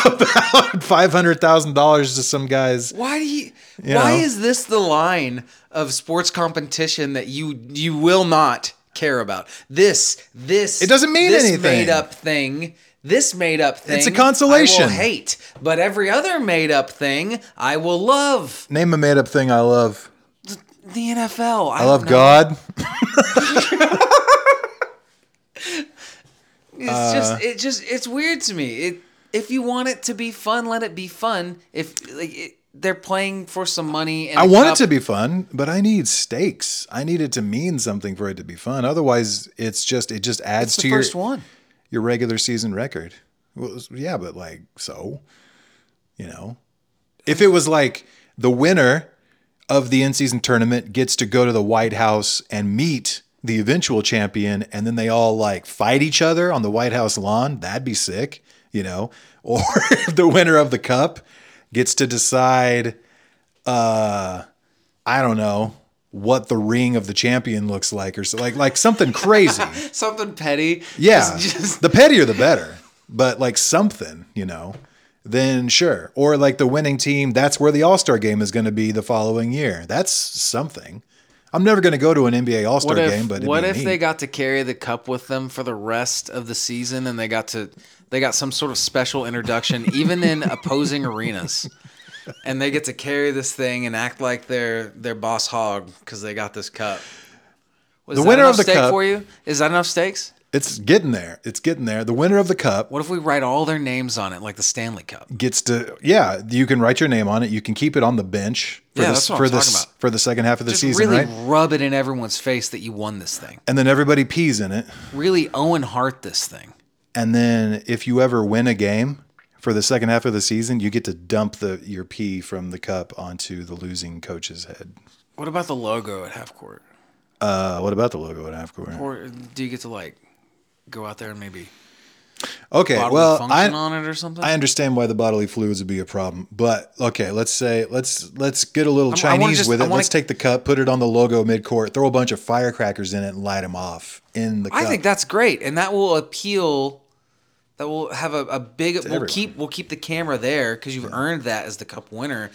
Speaker 3: about five hundred thousand dollars to some guys.
Speaker 2: Why do you,
Speaker 3: You
Speaker 2: why
Speaker 3: know?
Speaker 2: is this the line of sports competition that you you will not care about? This this
Speaker 3: It doesn't mean
Speaker 2: this
Speaker 3: anything.
Speaker 2: made up thing. This made up thing.
Speaker 3: a consolation.
Speaker 2: I will hate, but every other made up thing I will love.
Speaker 3: Name a made up thing I love.
Speaker 2: The NFL.
Speaker 3: I love God.
Speaker 2: It's
Speaker 3: Uh,
Speaker 2: just it just it's weird to me. It if you want it to be fun, let it be fun. If like it, they're playing for some money, and
Speaker 3: I
Speaker 2: a
Speaker 3: want
Speaker 2: cup,
Speaker 3: it to be fun, but I need stakes. I need it to mean something for it to be fun. Otherwise, it's just it just adds
Speaker 2: It's the
Speaker 3: to
Speaker 2: first
Speaker 3: your
Speaker 2: one.
Speaker 3: your regular season record. Well, it's- yeah, but like so, you know, if it was like the winner of the in season tournament gets to go to the White House and meet the eventual champion, and then they all like fight each other on the White House lawn, that'd be sick, you know. Or if the winner of the cup gets to decide uh, I don't know what the ring of the champion looks like or so like like something crazy.
Speaker 2: Something petty.
Speaker 3: yeah.
Speaker 2: Just- just
Speaker 3: the pettier the better. But like something, you know, then sure. Or like the winning team, that's where the All-Star game is going to be the following year. That's something. I'm never going to go to an NBA All-Star
Speaker 2: What if,
Speaker 3: game, but it'd
Speaker 2: what
Speaker 3: be
Speaker 2: if
Speaker 3: neat.
Speaker 2: they got to carry the cup with them for the rest of the season and they got to they got some sort of special introduction even in opposing arenas and they get to carry this thing and act like they're they're boss hog because they got this cup was
Speaker 3: The
Speaker 2: that
Speaker 3: winner of
Speaker 2: enough
Speaker 3: the
Speaker 2: steak
Speaker 3: cup-
Speaker 2: for you is that enough stakes
Speaker 3: It's getting there. It's getting there. The winner of the cup
Speaker 2: What if we write all their names on it, like the Stanley Cup?
Speaker 3: gets to yeah. You can write your name on it. You can keep it on the bench for
Speaker 2: Yeah,
Speaker 3: this
Speaker 2: that's what
Speaker 3: for
Speaker 2: I'm talking
Speaker 3: this
Speaker 2: about.
Speaker 3: for the second half of the
Speaker 2: Just
Speaker 3: season,
Speaker 2: really
Speaker 3: right?
Speaker 2: rub it in everyone's face that you won this thing.
Speaker 3: And then everybody pees in it.
Speaker 2: Really Owen Hart this thing.
Speaker 3: And then if you ever win a game for the second half of the season, you get to dump the your pee from the cup onto the losing coach's head.
Speaker 2: What about the logo at half court?
Speaker 3: Uh, what about the logo at half court?
Speaker 2: Or do you get to like go out there and maybe
Speaker 3: Okay,
Speaker 2: bodily
Speaker 3: well,
Speaker 2: function
Speaker 3: I,
Speaker 2: on it or something?
Speaker 3: I understand why the bodily fluids would be a problem, but okay, let's say let's let's get a
Speaker 2: I
Speaker 3: little
Speaker 2: wanna
Speaker 3: Chinese
Speaker 2: just-
Speaker 3: with
Speaker 2: I
Speaker 3: it.
Speaker 2: wanna-
Speaker 3: Let's take the cup, put it on the logo midcourt, throw a bunch of firecrackers in it, and light them off in the cup.
Speaker 2: I think that's great, and that will appeal. That will have a, a big. We'll
Speaker 3: everyone.
Speaker 2: keep we'll keep the camera there because you've earned that as the cup winner.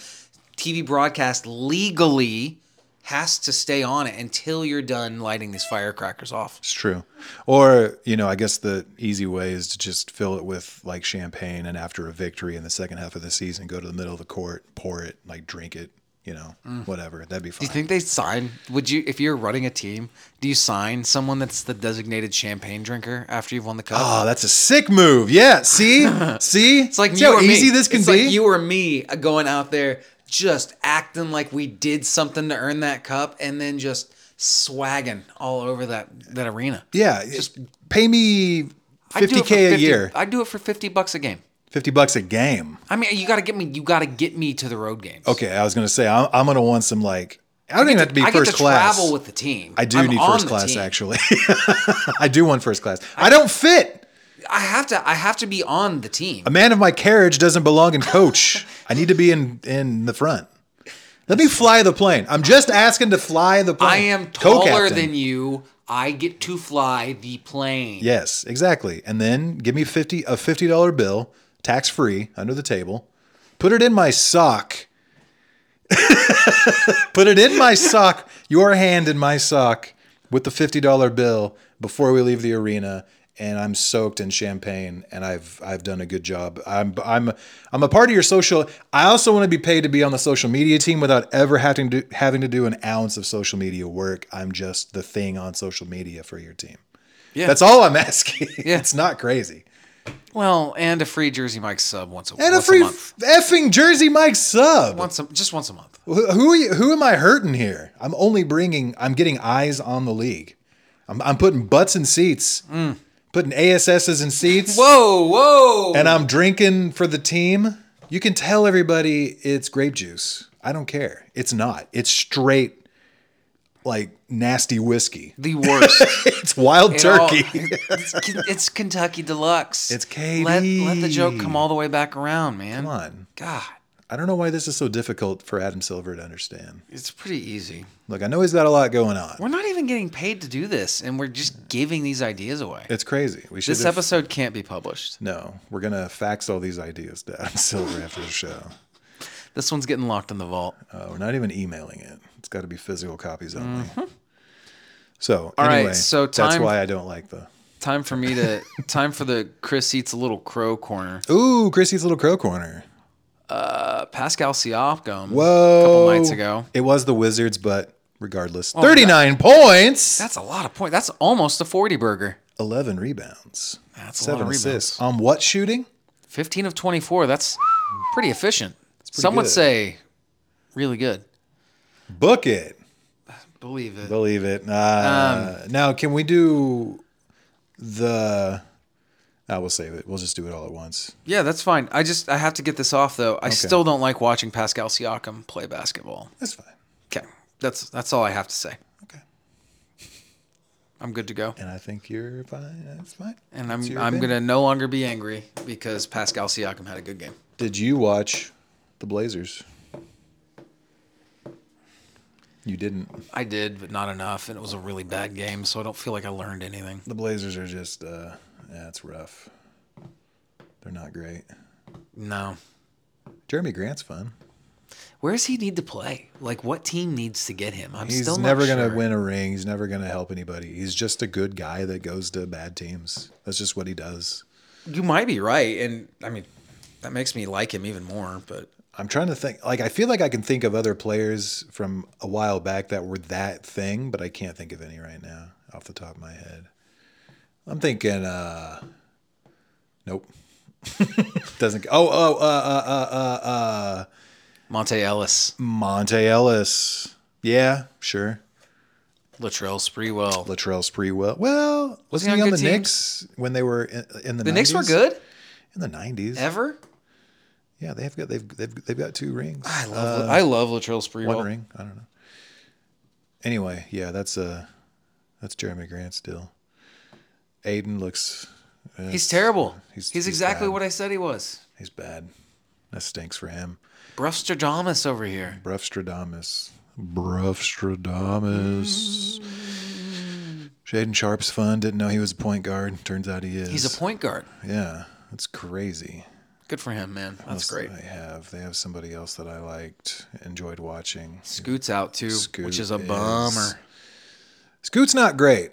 Speaker 2: TV broadcast legally has to stay on it until you're done lighting these firecrackers off.
Speaker 3: It's true. Or, you know, I guess the easy way is to just fill it with like champagne and after a victory in the second half of the season, go to the middle of the court, pour it, like drink it, you know, whatever. That'd be
Speaker 2: Do
Speaker 3: fine.
Speaker 2: Mm. you think they sign? Would you, if you're running a team, do you sign someone that's the designated champagne drinker after you've won the cup?
Speaker 3: oh, that's a sick move. Yeah. See? see?
Speaker 2: It's like
Speaker 3: See
Speaker 2: you
Speaker 3: how
Speaker 2: or
Speaker 3: easy
Speaker 2: me.
Speaker 3: this can
Speaker 2: it's
Speaker 3: be.
Speaker 2: Like you or me uh, going out there just acting like we did something to earn that cup, and then just swagging all over that that arena.
Speaker 3: yeah. Just pay me
Speaker 2: I'd do it
Speaker 3: 50K
Speaker 2: for
Speaker 3: a year,
Speaker 2: I do it for fifty bucks a game.
Speaker 3: 50 bucks a game.
Speaker 2: I mean, you got to get me. You got to get me to the road games.
Speaker 3: Okay. I was going to say, I'm, I'm going to want some like, I don't even have to be
Speaker 2: I get
Speaker 3: first
Speaker 2: to
Speaker 3: class.
Speaker 2: travel with the team.
Speaker 3: I do
Speaker 2: I'm
Speaker 3: need
Speaker 2: on
Speaker 3: first
Speaker 2: the
Speaker 3: class,
Speaker 2: team.
Speaker 3: actually. I do want first class. I don't fit.
Speaker 2: I have to. I have to be on the team.
Speaker 3: A man of my carriage doesn't belong in coach. I need to be in in the front. Let me fly the plane. I'm just asking to fly the plane.
Speaker 2: I am taller
Speaker 3: Co-captain.
Speaker 2: than you. I get to fly the plane.
Speaker 3: Yes, exactly. And then give me fifty a fifty dollar bill, tax free, under the table. Put it in my sock. Put it in my sock. Your hand in my sock with the fifty dollar bill before we leave the arena. And I'm soaked in champagne, and I've I've done a good job. I'm I'm I'm a part of your social. I also want to be paid to be on the social media team without ever having to having to do an ounce of social media work. I'm just the thing on social media for your team.
Speaker 2: Yeah.
Speaker 3: That's all I'm asking.
Speaker 2: Yeah.
Speaker 3: It's not crazy.
Speaker 2: Well, and a free Jersey Mike sub once a
Speaker 3: And
Speaker 2: once
Speaker 3: a free
Speaker 2: month.
Speaker 3: effing Jersey Mike sub.
Speaker 2: Once a, just once a month.
Speaker 3: Who, who, are you, who am I hurting here? I'm only bringing, I'm getting eyes on the league. I'm, I'm putting butts in seats, putting ASSs in seats,
Speaker 2: Mm. Whoa, whoa.
Speaker 3: and I'm drinking for the team. You can tell everybody it's grape juice. I don't care. It's not. It's straight, like nasty whiskey.
Speaker 2: the worst.
Speaker 3: It's wild
Speaker 2: It all-
Speaker 3: turkey.
Speaker 2: it's, it's Kentucky Deluxe.
Speaker 3: It's
Speaker 2: Let, let the joke
Speaker 3: KD.
Speaker 2: come all the way back around, man.
Speaker 3: Come on.
Speaker 2: God,
Speaker 3: I don't know why this is so difficult for Adam Silver to understand.
Speaker 2: it's pretty easy.
Speaker 3: Look, I know he's got a lot going on.
Speaker 2: We're not even getting paid to do this, and we're just giving these ideas away.
Speaker 3: It's crazy. We should.
Speaker 2: This
Speaker 3: have-
Speaker 2: episode can't be published.
Speaker 3: No, we're gonna fax all these ideas to Adam Silver after the show.
Speaker 2: This one's getting locked in the vault.
Speaker 3: Uh, we're not even emailing it. It's got to be physical copies only. So
Speaker 2: Mm-hmm. All right,
Speaker 3: anyway,
Speaker 2: so
Speaker 3: that's
Speaker 2: time-
Speaker 3: why I don't like the.
Speaker 2: Time for me to. time for the Chris eats a little crow corner.
Speaker 3: Ooh, Chrissy's little crow corner.
Speaker 2: Uh, Pascal Siakam.
Speaker 3: Whoa,
Speaker 2: A couple nights ago. Oh
Speaker 3: It was the Wizards, but regardless, thirty-nine points,
Speaker 2: That's a lot of points. That's almost a forty burger.
Speaker 3: eleven rebounds,
Speaker 2: That's a lot
Speaker 3: seven
Speaker 2: of
Speaker 3: assists on what shooting?
Speaker 2: 15 of 24. That's pretty efficient. Some would
Speaker 3: good.
Speaker 2: say really good.
Speaker 3: Book it.
Speaker 2: Believe it.
Speaker 3: Believe it. Uh, now, can we do the? I will save it. We'll just do it all at once.
Speaker 2: Yeah, that's fine. I just I have to get this off though. I still don't like watching Pascal Siakam play basketball.
Speaker 3: That's fine.
Speaker 2: Okay. That's that's all I have to say.
Speaker 3: Okay.
Speaker 2: I'm good to go.
Speaker 3: And I think you're fine. That's fine.
Speaker 2: And
Speaker 3: That's
Speaker 2: I'm
Speaker 3: your
Speaker 2: I'm
Speaker 3: opinion.
Speaker 2: going to no longer be angry because Pascal Siakam had a good game.
Speaker 3: Did you watch the Blazers? You didn't.
Speaker 2: I did, but not enough and it was a really bad game, so I don't feel like I learned anything.
Speaker 3: The Blazers are just. Uh, yeah, it's rough. They're not great.
Speaker 2: No.
Speaker 3: Jeremy Grant's fun.
Speaker 2: Where does he need to play? Like what team needs to get him? I'm
Speaker 3: He's
Speaker 2: still
Speaker 3: never
Speaker 2: not
Speaker 3: gonna
Speaker 2: sure.
Speaker 3: win a ring. He's never gonna help anybody. He's just a good guy that goes to bad teams. That's just what he does.
Speaker 2: You might be right, and I mean, that makes me like him even more. But
Speaker 3: I'm trying to think. Like, I feel like I can think of other players from a while back that were that thing, but I can't think of any right now off the top of my head. I'm thinking. uh Nope. Doesn't. Oh, oh, uh, uh, uh, uh, uh,
Speaker 2: Monte Ellis,
Speaker 3: Monte Ellis. Yeah, sure.
Speaker 2: Latrell Sprewell.
Speaker 3: Latrell Sprewell. Well, wasn't
Speaker 2: he
Speaker 3: he
Speaker 2: on
Speaker 3: on the
Speaker 2: good teams?
Speaker 3: Knicks when they were in, in the?
Speaker 2: The Knicks were
Speaker 3: 90s?
Speaker 2: good
Speaker 3: in the nineties.
Speaker 2: ever.
Speaker 3: Yeah, they've got they've they've they've got two rings.
Speaker 2: I love
Speaker 3: Uh,
Speaker 2: I love Latrell Sprewell.
Speaker 3: one ring. I don't know. Anyway, yeah, that's uh that's Jeremy Grant still. Aiden looks uh,
Speaker 2: He's terrible.
Speaker 3: He's-
Speaker 2: He's,
Speaker 3: he's
Speaker 2: exactly
Speaker 3: bad.
Speaker 2: what I said he was.
Speaker 3: he's bad. That stinks for him.
Speaker 2: Brustradamus over here.
Speaker 3: Bruffstradamus. Bruffstradamus. Shaden Sharp's fun. Didn't know he was a point guard. Turns out he is.
Speaker 2: He's a point guard.
Speaker 3: Yeah, that's crazy.
Speaker 2: Good for him, man. That's great.
Speaker 3: They have they have somebody else that I liked, enjoyed watching.
Speaker 2: Scoot's out too,
Speaker 3: Scoot
Speaker 2: which is a
Speaker 3: is-
Speaker 2: bummer.
Speaker 3: Scoot's not great,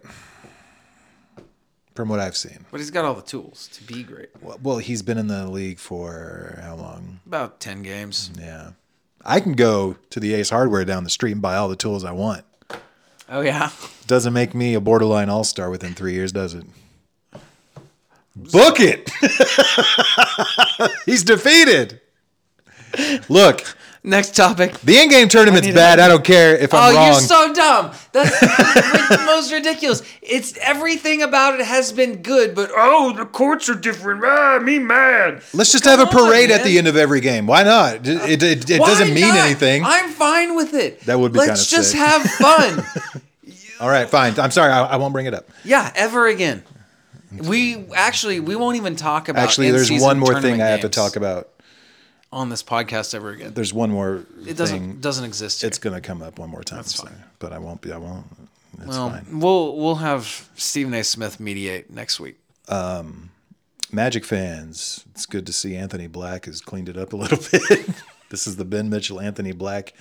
Speaker 3: from what I've seen.
Speaker 2: But he's got all the tools to be great.
Speaker 3: Well- Well, he's been in the league for how long?
Speaker 2: About ten games.
Speaker 3: Yeah, I can go to the Ace Hardware down the street and buy all the tools I want.
Speaker 2: Oh yeah.
Speaker 3: Doesn't make me a borderline all star within three years, does it? Book it. he's defeated. Look,
Speaker 2: Next topic.
Speaker 3: the in-game tournament's bad. I don't care if I'm
Speaker 2: oh,
Speaker 3: wrong.
Speaker 2: you're so dumb. That's the most ridiculous. It's everything about it has been good, but oh, the courts are different. Ah, me mad.
Speaker 3: Let's just
Speaker 2: Come
Speaker 3: have a parade
Speaker 2: on,
Speaker 3: at the
Speaker 2: man.
Speaker 3: end of every game. Why not? It, it, it, it
Speaker 2: Why
Speaker 3: doesn't mean
Speaker 2: not?
Speaker 3: anything.
Speaker 2: I'm fine with it.
Speaker 3: That would be
Speaker 2: Let's
Speaker 3: kinda
Speaker 2: just
Speaker 3: sick.
Speaker 2: have fun.
Speaker 3: All right, fine. I'm sorry. I, I won't bring it up.
Speaker 2: yeah, ever again. We actually we won't even talk about.
Speaker 3: Actually, there's
Speaker 2: in-season
Speaker 3: one more thing
Speaker 2: tournament
Speaker 3: I have to
Speaker 2: games
Speaker 3: talk about.
Speaker 2: on this podcast ever again.
Speaker 3: There's one more
Speaker 2: It doesn't
Speaker 3: thing.
Speaker 2: doesn't exist. Here.
Speaker 3: It's going to come up one more time. so- But I won't be. I won't. It's
Speaker 2: Well,
Speaker 3: fine.
Speaker 2: we'll we'll have Stephen A. Smith mediate next week.
Speaker 3: Magic fans, it's good to see Anthony Black has cleaned it up a little bit. this is the Ben Mitchell Anthony Black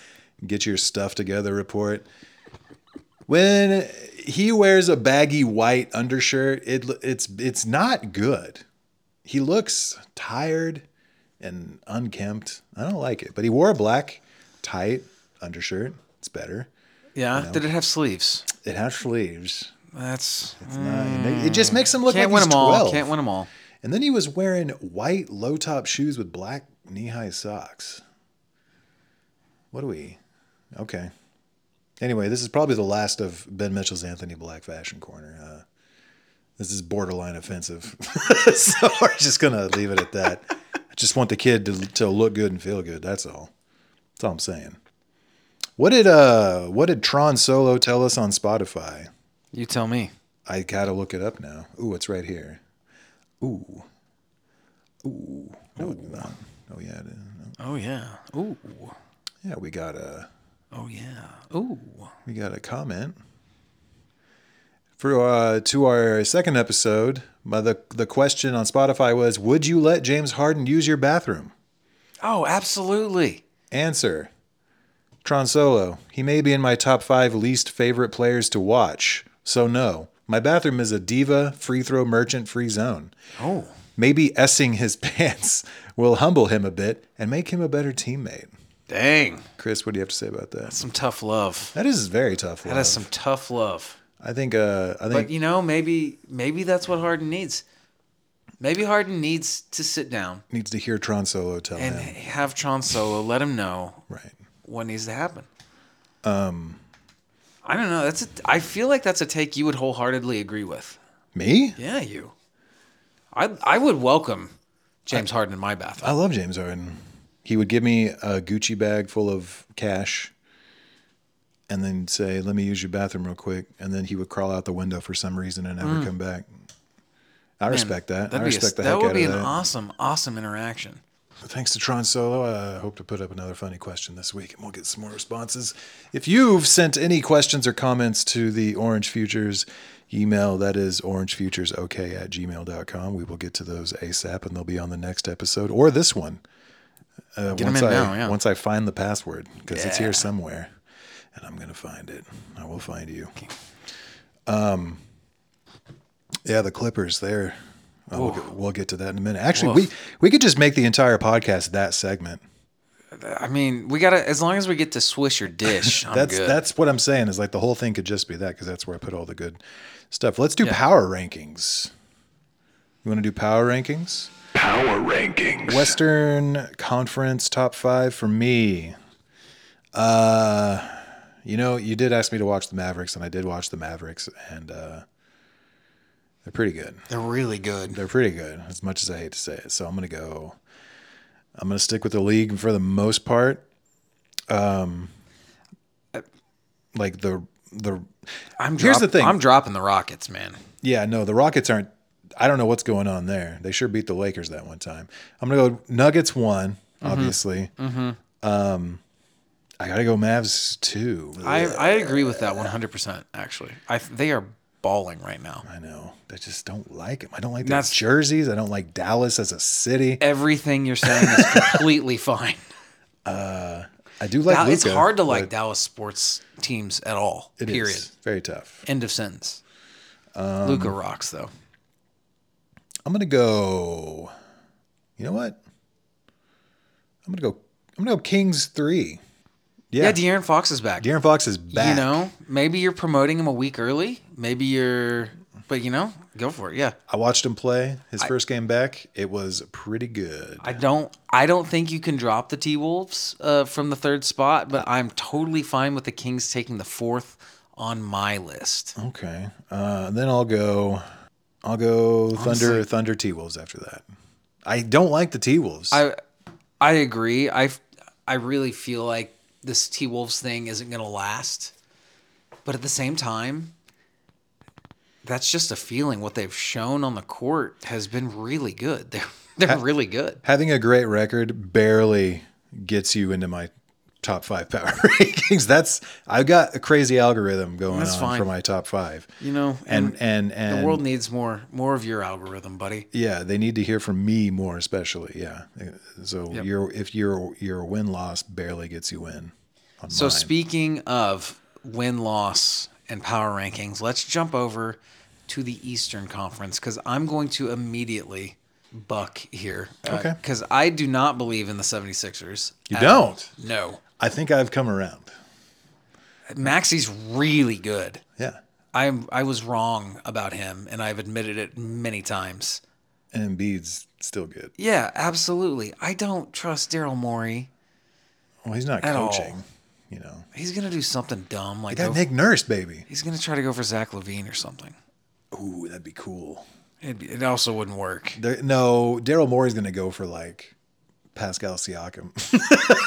Speaker 3: get your stuff together report. When he wears a baggy white undershirt, it lo- it's it's not good. He looks tired and unkempt. I don't like it. But he wore a black tight undershirt. It's better.
Speaker 2: Yeah, did it have sleeves?
Speaker 3: It has sleeves.
Speaker 2: That's
Speaker 3: Nah, it ma- it just makes him look
Speaker 2: Mm. can't
Speaker 3: like
Speaker 2: win
Speaker 3: he's
Speaker 2: them all.
Speaker 3: 12.
Speaker 2: Can't win them all.
Speaker 3: And then he was wearing white low top shoes with black knee high socks. What do we? Okay. Anyway, this is probably the last of Ben Mitchell's Anthony Black Fashion Corner. Uh, this is borderline offensive. so we're just going to leave it at that. I just want the kid to, to look good and feel good. That's all. That's all I'm saying. What did uh what did Tron Solo tell us on Spotify?
Speaker 2: You tell me.
Speaker 3: I gotta look it up now. Ooh, it's right here. Ooh. Ooh. No, it's not. Oh yeah. it is.
Speaker 2: Oh yeah. Ooh.
Speaker 3: Yeah, we got a
Speaker 2: Oh yeah. Ooh.
Speaker 3: we got a comment. For uh, to our second episode, my, the the question on Spotify was, would you let James Harden use your bathroom?
Speaker 2: Oh, absolutely.
Speaker 3: Answer. Tron Solo. He may be in my top five least favorite players to watch. So no. My bathroom is a diva free throw merchant free zone.
Speaker 2: Oh.
Speaker 3: Maybe essing his pants will humble him a bit and make him a better teammate.
Speaker 2: Dang.
Speaker 3: Chris, what do you have to say about that?
Speaker 2: Some tough love.
Speaker 3: That is very tough.
Speaker 2: That
Speaker 3: love.
Speaker 2: is some tough love.
Speaker 3: I think. Uh, I think.
Speaker 2: But you know, maybe maybe that's what Harden needs. Maybe Harden needs to sit down
Speaker 3: needs to hear Tron Solo tell
Speaker 2: and
Speaker 3: him.
Speaker 2: have Tron Solo let him know
Speaker 3: Right.
Speaker 2: what needs to happen. Um, I don't know. That's a, I feel like that's a take you would wholeheartedly agree with.
Speaker 3: Me?
Speaker 2: Yeah, you. I I would welcome James Harden in my bathroom.
Speaker 3: I love James Harden. He would give me a Gucci bag full of cash, and then say, "Let me use your bathroom real quick," and then he would crawl out the window for some reason and never come back. I respect that.
Speaker 2: Mm. That'd be
Speaker 3: I
Speaker 2: a-
Speaker 3: respect the
Speaker 2: that
Speaker 3: heck
Speaker 2: would
Speaker 3: out
Speaker 2: be
Speaker 3: of
Speaker 2: an
Speaker 3: that.
Speaker 2: awesome, awesome interaction.
Speaker 3: Thanks to Tron Solo. I hope to put up another funny question this week and we'll get some more responses. If you've sent any questions or comments to the Orange Futures email, that is orangefuturesok at gmail.com. We will get to those ASAP and they'll be on the next episode or this one. Uh,
Speaker 2: them
Speaker 3: once,
Speaker 2: in
Speaker 3: I,
Speaker 2: now, yeah.
Speaker 3: once I find the password, because it's here somewhere and I'm going to find it. I will find you. Um, yeah, the Clippers uh, there. We'll get, we'll get to that in a minute. Actually, we we could just make the entire podcast that segment.
Speaker 2: I mean, we gotta as long as we get to swish or dish. I'm
Speaker 3: That's
Speaker 2: good.
Speaker 3: that's what I'm saying is like the whole thing could just be that because that's where I put all the good stuff. Let's do power rankings. You want to do power rankings?
Speaker 1: Power rankings.
Speaker 3: Western Conference top five for me. Uh, you know, you did ask me to watch the Mavericks, and I did watch the Mavericks, and uh, they're pretty good.
Speaker 2: They're really good.
Speaker 3: They're pretty good, as much as I hate to say it. So I'm gonna go. I'm gonna stick with the league for the most part. Um, like the the
Speaker 2: I'm
Speaker 3: Here's the thing.
Speaker 2: I'm dropping the Rockets, man.
Speaker 3: yeah no the Rockets aren't. I don't know what's going on there. They sure beat the Lakers that one time. I'm gonna go Nuggets one,
Speaker 2: Mm-hmm.
Speaker 3: obviously. Um, I gotta go Mavs two.
Speaker 2: I, I agree with that 100%. Actually, I, they are balling right now.
Speaker 3: I know. I just don't like them. I don't like their
Speaker 2: That's-
Speaker 3: jerseys. I don't like Dallas as a city.
Speaker 2: Everything you're saying is completely fine.
Speaker 3: I do like.
Speaker 2: Dal- it's
Speaker 3: Luka,
Speaker 2: hard to like
Speaker 3: but
Speaker 2: Dallas sports teams at all.
Speaker 3: it is Um,
Speaker 2: period.
Speaker 3: very tough.
Speaker 2: End of sentence. Luca rocks though.
Speaker 3: I'm gonna go. You know what? I'm gonna go. I'm gonna go Kings three. Yeah,
Speaker 2: Yeah, De'Aaron Fox is back.
Speaker 3: De'Aaron Fox is back.
Speaker 2: You know, maybe you're promoting him a week early. Maybe you're, but you know, go for it. Yeah,
Speaker 3: I watched him play his first game back. It was pretty good.
Speaker 2: I don't, I don't think you can drop the T Wolves uh, from the third spot, but I'm totally fine with the Kings taking the fourth on my list.
Speaker 3: okay, uh, then I'll go. I'll go Thunder Thunder T Wolves after that. I don't like the T Wolves.
Speaker 2: I, I agree. I, I really feel like this T Wolves thing isn't gonna last, but at the same time. That's just a feeling. What they've shown on the court has been really good. They're they're really good.
Speaker 3: Having a great record barely gets you into my top five power rankings. That's I've got a crazy algorithm going
Speaker 2: That's
Speaker 3: on
Speaker 2: fine.
Speaker 3: for my top five.
Speaker 2: You know,
Speaker 3: and and and
Speaker 2: The world needs more more of your algorithm, buddy.
Speaker 3: yeah they need to hear from me more especially yeah so your if your your win loss barely gets you in on
Speaker 2: So
Speaker 3: mine.
Speaker 2: speaking of win loss and power rankings, let's jump over to the Eastern Conference because I'm going to immediately buck here.
Speaker 3: Okay.
Speaker 2: Because I do not believe in the 76ers.
Speaker 3: you
Speaker 2: at all.
Speaker 3: don't
Speaker 2: No.
Speaker 3: i think i've come around
Speaker 2: Maxi's really good.
Speaker 3: yeah
Speaker 2: I'm I was wrong about him and I've admitted it many times.
Speaker 3: and Embiid's still good
Speaker 2: Yeah, absolutely. I don't trust Daryl Morey.
Speaker 3: well he's not
Speaker 2: At all.
Speaker 3: coaching you know
Speaker 2: He's gonna do something dumb like
Speaker 3: that
Speaker 2: go-
Speaker 3: nick nurse baby
Speaker 2: He's gonna try to go for Zach Levine or something.
Speaker 3: ooh that'd be cool
Speaker 2: It'd be, it also wouldn't work.
Speaker 3: there, no daryl morey's gonna go for like pascal siakam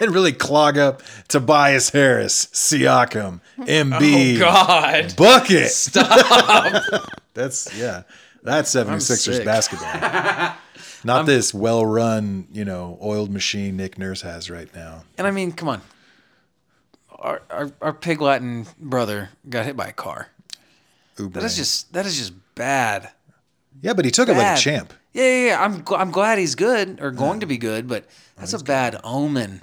Speaker 3: and really clog up tobias harris siakam Embiid.
Speaker 2: Oh, God,
Speaker 3: bucket. Stop. That's yeah. That's 76ers
Speaker 2: sick.
Speaker 3: basketball. Not this well-run, you know, oiled machine Nick Nurse has right now.
Speaker 2: and I mean, come on. Our our, our pig Latin brother got hit by a car.
Speaker 3: Oubre.
Speaker 2: That is just that is just bad.
Speaker 3: yeah, but he took it like
Speaker 2: Bad.
Speaker 3: a champ.
Speaker 2: Yeah, yeah, yeah. I'm gl- I'm glad he's good or going to be good, but that's a bad omen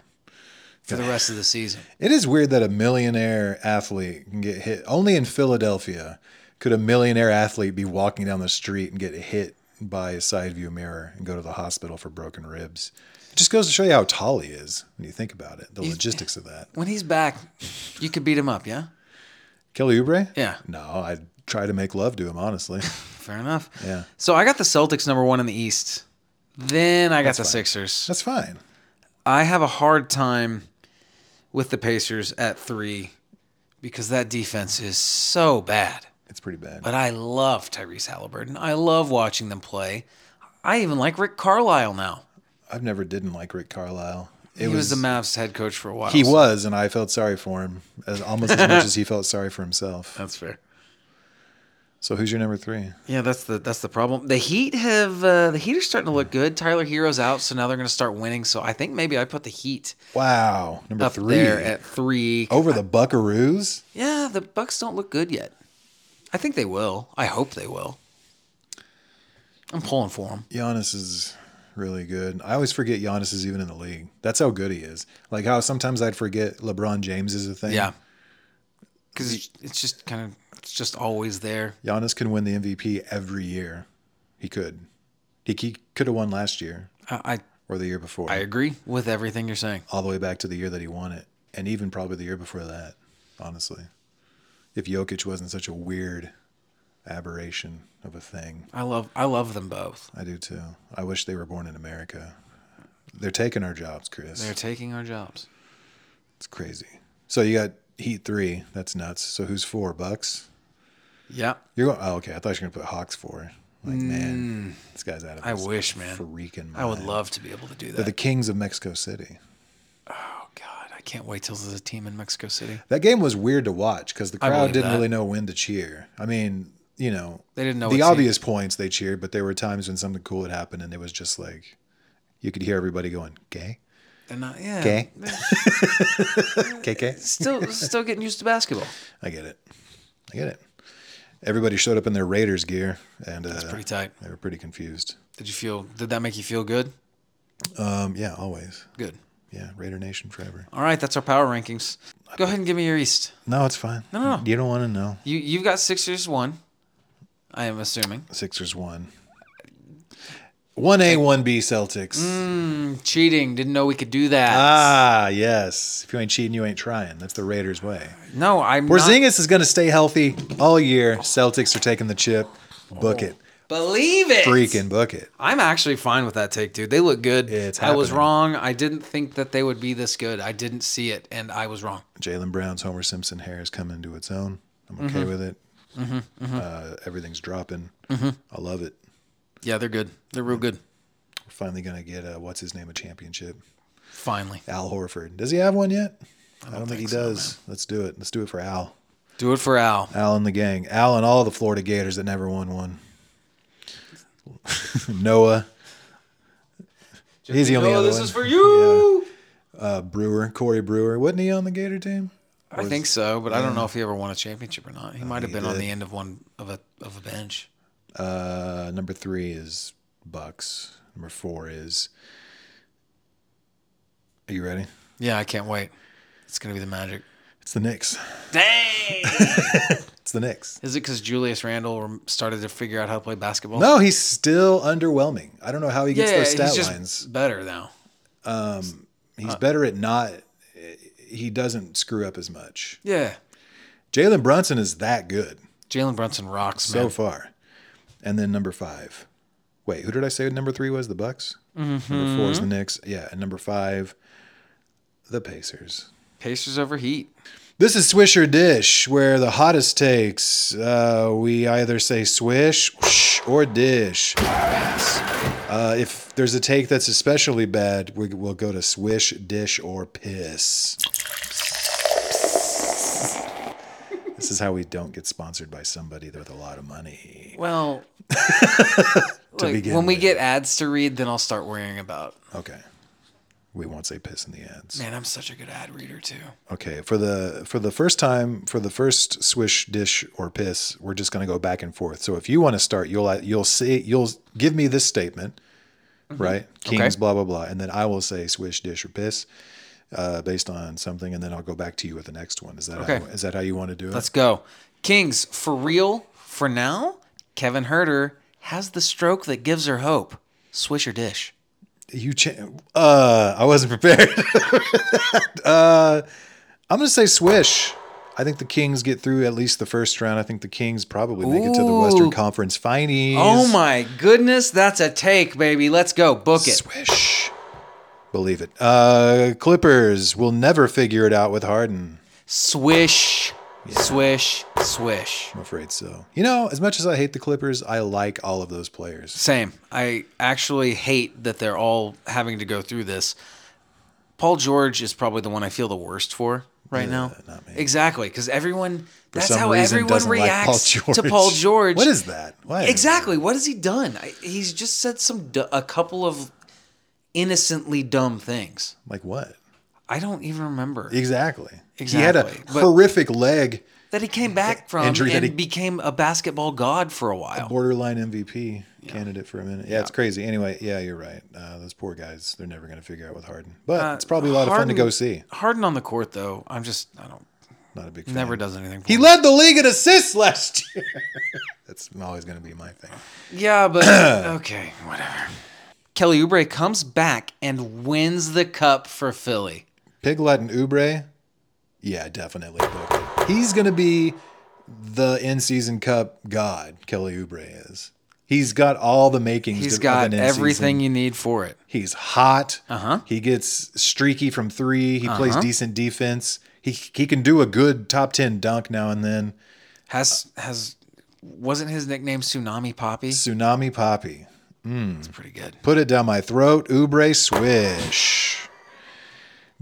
Speaker 2: for the rest of the season.
Speaker 3: It is weird that a millionaire athlete can get hit. Only in Philadelphia could a millionaire athlete be walking down the street and get hit by a side view mirror and go to the hospital for broken ribs. It just goes to show you how tall he is when you think about it. The logistics of that.
Speaker 2: When he's back, you could beat him up. Yeah,
Speaker 3: Kelly Oubre?
Speaker 2: Yeah.
Speaker 3: No, I try to make love to him, honestly.
Speaker 2: fair enough.
Speaker 3: Yeah.
Speaker 2: So I got the Celtics number one in the East. Then I got the Sixers.
Speaker 3: That's fine.
Speaker 2: I have a hard time with the Pacers at three because that defense is so bad.
Speaker 3: It's pretty bad.
Speaker 2: But I love Tyrese Halliburton. I love watching them play. I even like Rick Carlisle now.
Speaker 3: I've never didn't like Rick Carlisle. It
Speaker 2: He was,
Speaker 3: was,
Speaker 2: the Mavs head coach for a while.
Speaker 3: he
Speaker 2: so-
Speaker 3: was, and I felt sorry for him as almost as much as he felt sorry for himself.
Speaker 2: That's fair.
Speaker 3: So who's your number three?
Speaker 2: Yeah, that's the that's the problem. The Heat have uh, the Heat are starting to look good. Tyler Hero's out, so now they're going to start winning. So I think maybe I put the Heat
Speaker 3: Wow, number
Speaker 2: up
Speaker 3: three
Speaker 2: there at three.
Speaker 3: over the Buckaroos.
Speaker 2: Yeah, the Bucks don't look good yet. I think they will. I hope they will. I'm pulling for them.
Speaker 3: Giannis is really good. I always forget Giannis is even in the league. That's how good he is. Like how sometimes I'd forget LeBron James is a thing.
Speaker 2: Yeah, because it's, it's just kind of it's just always there.
Speaker 3: Giannis can win the MVP every year. He could. He, he could have won last year.
Speaker 2: I, I
Speaker 3: or the year before,
Speaker 2: I agree with everything you're saying.
Speaker 3: all the way back to the year that he won it, and even probably the year before that. Honestly, if Jokic wasn't such a weird aberration of a thing,
Speaker 2: I love I love them both.
Speaker 3: I do too. I wish they were born in America. They're taking our jobs, Chris.
Speaker 2: They're taking our jobs.
Speaker 3: It's crazy. So you got Heat three. That's nuts. So who's four? Bucks.
Speaker 2: Yeah.
Speaker 3: You're going. Oh, okay. I thought you were gonna put Hawks four. Like man, this guy's out of.
Speaker 2: Mm. I
Speaker 3: his
Speaker 2: wish, man.
Speaker 3: Freaking. Mind.
Speaker 2: I would love to be able to do
Speaker 3: They're
Speaker 2: that.
Speaker 3: the kings of Mexico City.
Speaker 2: oh God, I can't wait till there's a team in Mexico City.
Speaker 3: That game was weird to watch because the
Speaker 2: I
Speaker 3: crowd
Speaker 2: believe
Speaker 3: didn't
Speaker 2: that.
Speaker 3: really know when to cheer. I mean, you know,
Speaker 2: They didn't know what
Speaker 3: the
Speaker 2: team-
Speaker 3: obvious points they cheered, but there were times when something cool had happened, and it was just like you could hear everybody going "gay,
Speaker 2: And I, yeah,
Speaker 3: gay, gay, gay."
Speaker 2: still still getting used to basketball.
Speaker 3: I get it. I get it. Everybody showed up in their Raiders gear, and uh,
Speaker 2: Pretty tight.
Speaker 3: they were pretty confused.
Speaker 2: Did you feel? Did that make you feel good?
Speaker 3: Um, yeah, always.
Speaker 2: Good.
Speaker 3: Yeah, Raider Nation forever.
Speaker 2: All right, that's our power rankings. Go ahead and give me your East.
Speaker 3: No, it's fine.
Speaker 2: No, no.
Speaker 3: You don't want to know.
Speaker 2: You you've got Sixers one. I am assuming
Speaker 3: Sixers won. One A, one B Celtics.
Speaker 2: Mm. cheating. Didn't know we could do that.
Speaker 3: Ah, yes. If you ain't cheating, you ain't trying. That's the Raiders way.
Speaker 2: no, I'm not.
Speaker 3: Porzingis is going to stay healthy all year. Celtics are taking the chip.
Speaker 2: Oh.
Speaker 3: Book it.
Speaker 2: Believe it.
Speaker 3: Freaking book it.
Speaker 2: I'm actually fine with that take, dude. They look good.
Speaker 3: It's
Speaker 2: I was
Speaker 3: happening.
Speaker 2: wrong. I didn't think that they would be this good. I didn't see it, and I was wrong.
Speaker 3: Jalen Brown's Homer Simpson hair is coming into its own. I'm
Speaker 2: Mm-hmm.
Speaker 3: okay with it. Uh, everything's dropping.
Speaker 2: Mm-hmm.
Speaker 3: I love it.
Speaker 2: Yeah, they're good. They're real good.
Speaker 3: We're finally going to get a, what's his name, a championship.
Speaker 2: Finally,
Speaker 3: Al Horford. Does he have one yet? I don't, think, he does. Let's do it. Let's do it for Al.
Speaker 2: do it for Al.
Speaker 3: Al and the gang. Al and all the Florida Gators that never won one. Noah. He's the only
Speaker 2: Oh,
Speaker 3: other
Speaker 2: this
Speaker 3: one.
Speaker 2: is for you.
Speaker 3: Uh, Brewer, Corey Brewer. Wasn't he on the Gator team?
Speaker 2: I think so, but I don't know if he ever won a championship or not. He might have
Speaker 3: Uh, he
Speaker 2: been on
Speaker 3: did.
Speaker 2: the end of one of a of a bench.
Speaker 3: Uh, number three is Bucks. Number four is. Are you ready?
Speaker 2: Yeah, I can't wait. It's gonna be the magic.
Speaker 3: It's the Knicks.
Speaker 2: Dang!
Speaker 3: It's the Knicks.
Speaker 2: is it because Julius Randle rem- started to figure out how to play basketball?
Speaker 3: No, he's still underwhelming. I don't know how he
Speaker 2: yeah,
Speaker 3: gets those stat
Speaker 2: he's just
Speaker 3: lines.
Speaker 2: better now.
Speaker 3: He's better at not. He doesn't screw up as much.
Speaker 2: Yeah,
Speaker 3: Jalen Brunson is that good.
Speaker 2: Jalen Brunson rocks,
Speaker 3: so
Speaker 2: man.
Speaker 3: far. And then number five. Wait, who did I say number three was? The Bucks. Number four is the Knicks. Yeah, and number five, the Pacers.
Speaker 2: Pacers over Heat.
Speaker 3: This is Swish or Dish, where the hottest takes uh, we either say swish whoosh, or dish. Uh, if there's a take that's especially bad, we, we'll go to swish, dish, or piss. This is how we don't get sponsored by somebody with a lot of money.
Speaker 2: Well, look,
Speaker 3: begin
Speaker 2: when we
Speaker 3: with.
Speaker 2: get ads to read, then I'll start worrying about.
Speaker 3: Okay. We won't say piss in the ads.
Speaker 2: Man, I'm such a good ad reader too.
Speaker 3: Okay. For the for the first time, for the first swish dish or piss, we're just going to go back and forth. So if you want to start, you'll you'll say you'll give me this statement,
Speaker 2: Mm-hmm.
Speaker 3: right? Kings blah blah blah, and then I will say swish dish or piss uh, based on something, and then I'll go back to you with the next one. Is that
Speaker 2: Okay.
Speaker 3: how, is that how you want to do it?
Speaker 2: Let's go. Kings for real for now. Kevin Herter has the stroke that gives her hope. Swish or dish.
Speaker 3: you cha- uh I wasn't prepared. uh I'm going to say swish. I think the Kings get through at least the first round. I think the Kings probably make it to the Western
Speaker 2: Ooh.
Speaker 3: Conference Finals.
Speaker 2: Oh my goodness, that's a take, baby. Let's go. Book it.
Speaker 3: Swish. Believe it. Uh Clippers will never figure it out with Harden.
Speaker 2: Swish, swish, swish.
Speaker 3: I'm afraid so. You know, as much as I hate the Clippers, I like all of those players.
Speaker 2: Same. I actually hate that they're all having to go through this. Paul George is probably the one I feel the worst for right now.
Speaker 3: not me.
Speaker 2: Exactly, because everyone. that's
Speaker 3: some
Speaker 2: how
Speaker 3: reason,
Speaker 2: everyone
Speaker 3: doesn't like Paul
Speaker 2: reacts to
Speaker 3: George.
Speaker 2: Paul George.
Speaker 3: What is that? Why?
Speaker 2: Exactly. What has he done? I, he's just said some du- a couple of innocently dumb things.
Speaker 3: Like what?
Speaker 2: I don't even remember
Speaker 3: Exactly. He had a
Speaker 2: Exactly. But-
Speaker 3: horrific leg,
Speaker 2: that he came back from
Speaker 3: Injury that
Speaker 2: and
Speaker 3: he-
Speaker 2: became a basketball god for a while.
Speaker 3: borderline MVP candidate for a minute. Yeah, it's crazy. Anyway, yeah, you're right. Uh, those poor guys, they're never going to figure out with Harden. But it's probably a lot of fun
Speaker 2: Uh, Harden-
Speaker 3: to go see.
Speaker 2: Harden on the court though, I'm just I don't
Speaker 3: Not a big fan.
Speaker 2: never does anything. For
Speaker 3: He
Speaker 2: me.
Speaker 3: led the league in assists last year. That's always going to be my thing.
Speaker 2: yeah, but okay, whatever. Kelly Oubre comes back and wins the cup for Philly.
Speaker 3: Piglet and Ubre, yeah, definitely. Piglet. He's gonna be the in-season cup god. Kelly Oubre is. He's got all the makings.
Speaker 2: He's
Speaker 3: of- of
Speaker 2: got
Speaker 3: an in-season.
Speaker 2: everything you need for it.
Speaker 3: He's hot.
Speaker 2: Uh-huh.
Speaker 3: He gets streaky from three. He plays decent defense. He he can do a good top ten dunk now and then.
Speaker 2: Has has wasn't his nickname Tsunami Poppy?
Speaker 3: Tsunami Poppy.
Speaker 2: It's pretty good.
Speaker 3: Put it down my throat. Ubre swish.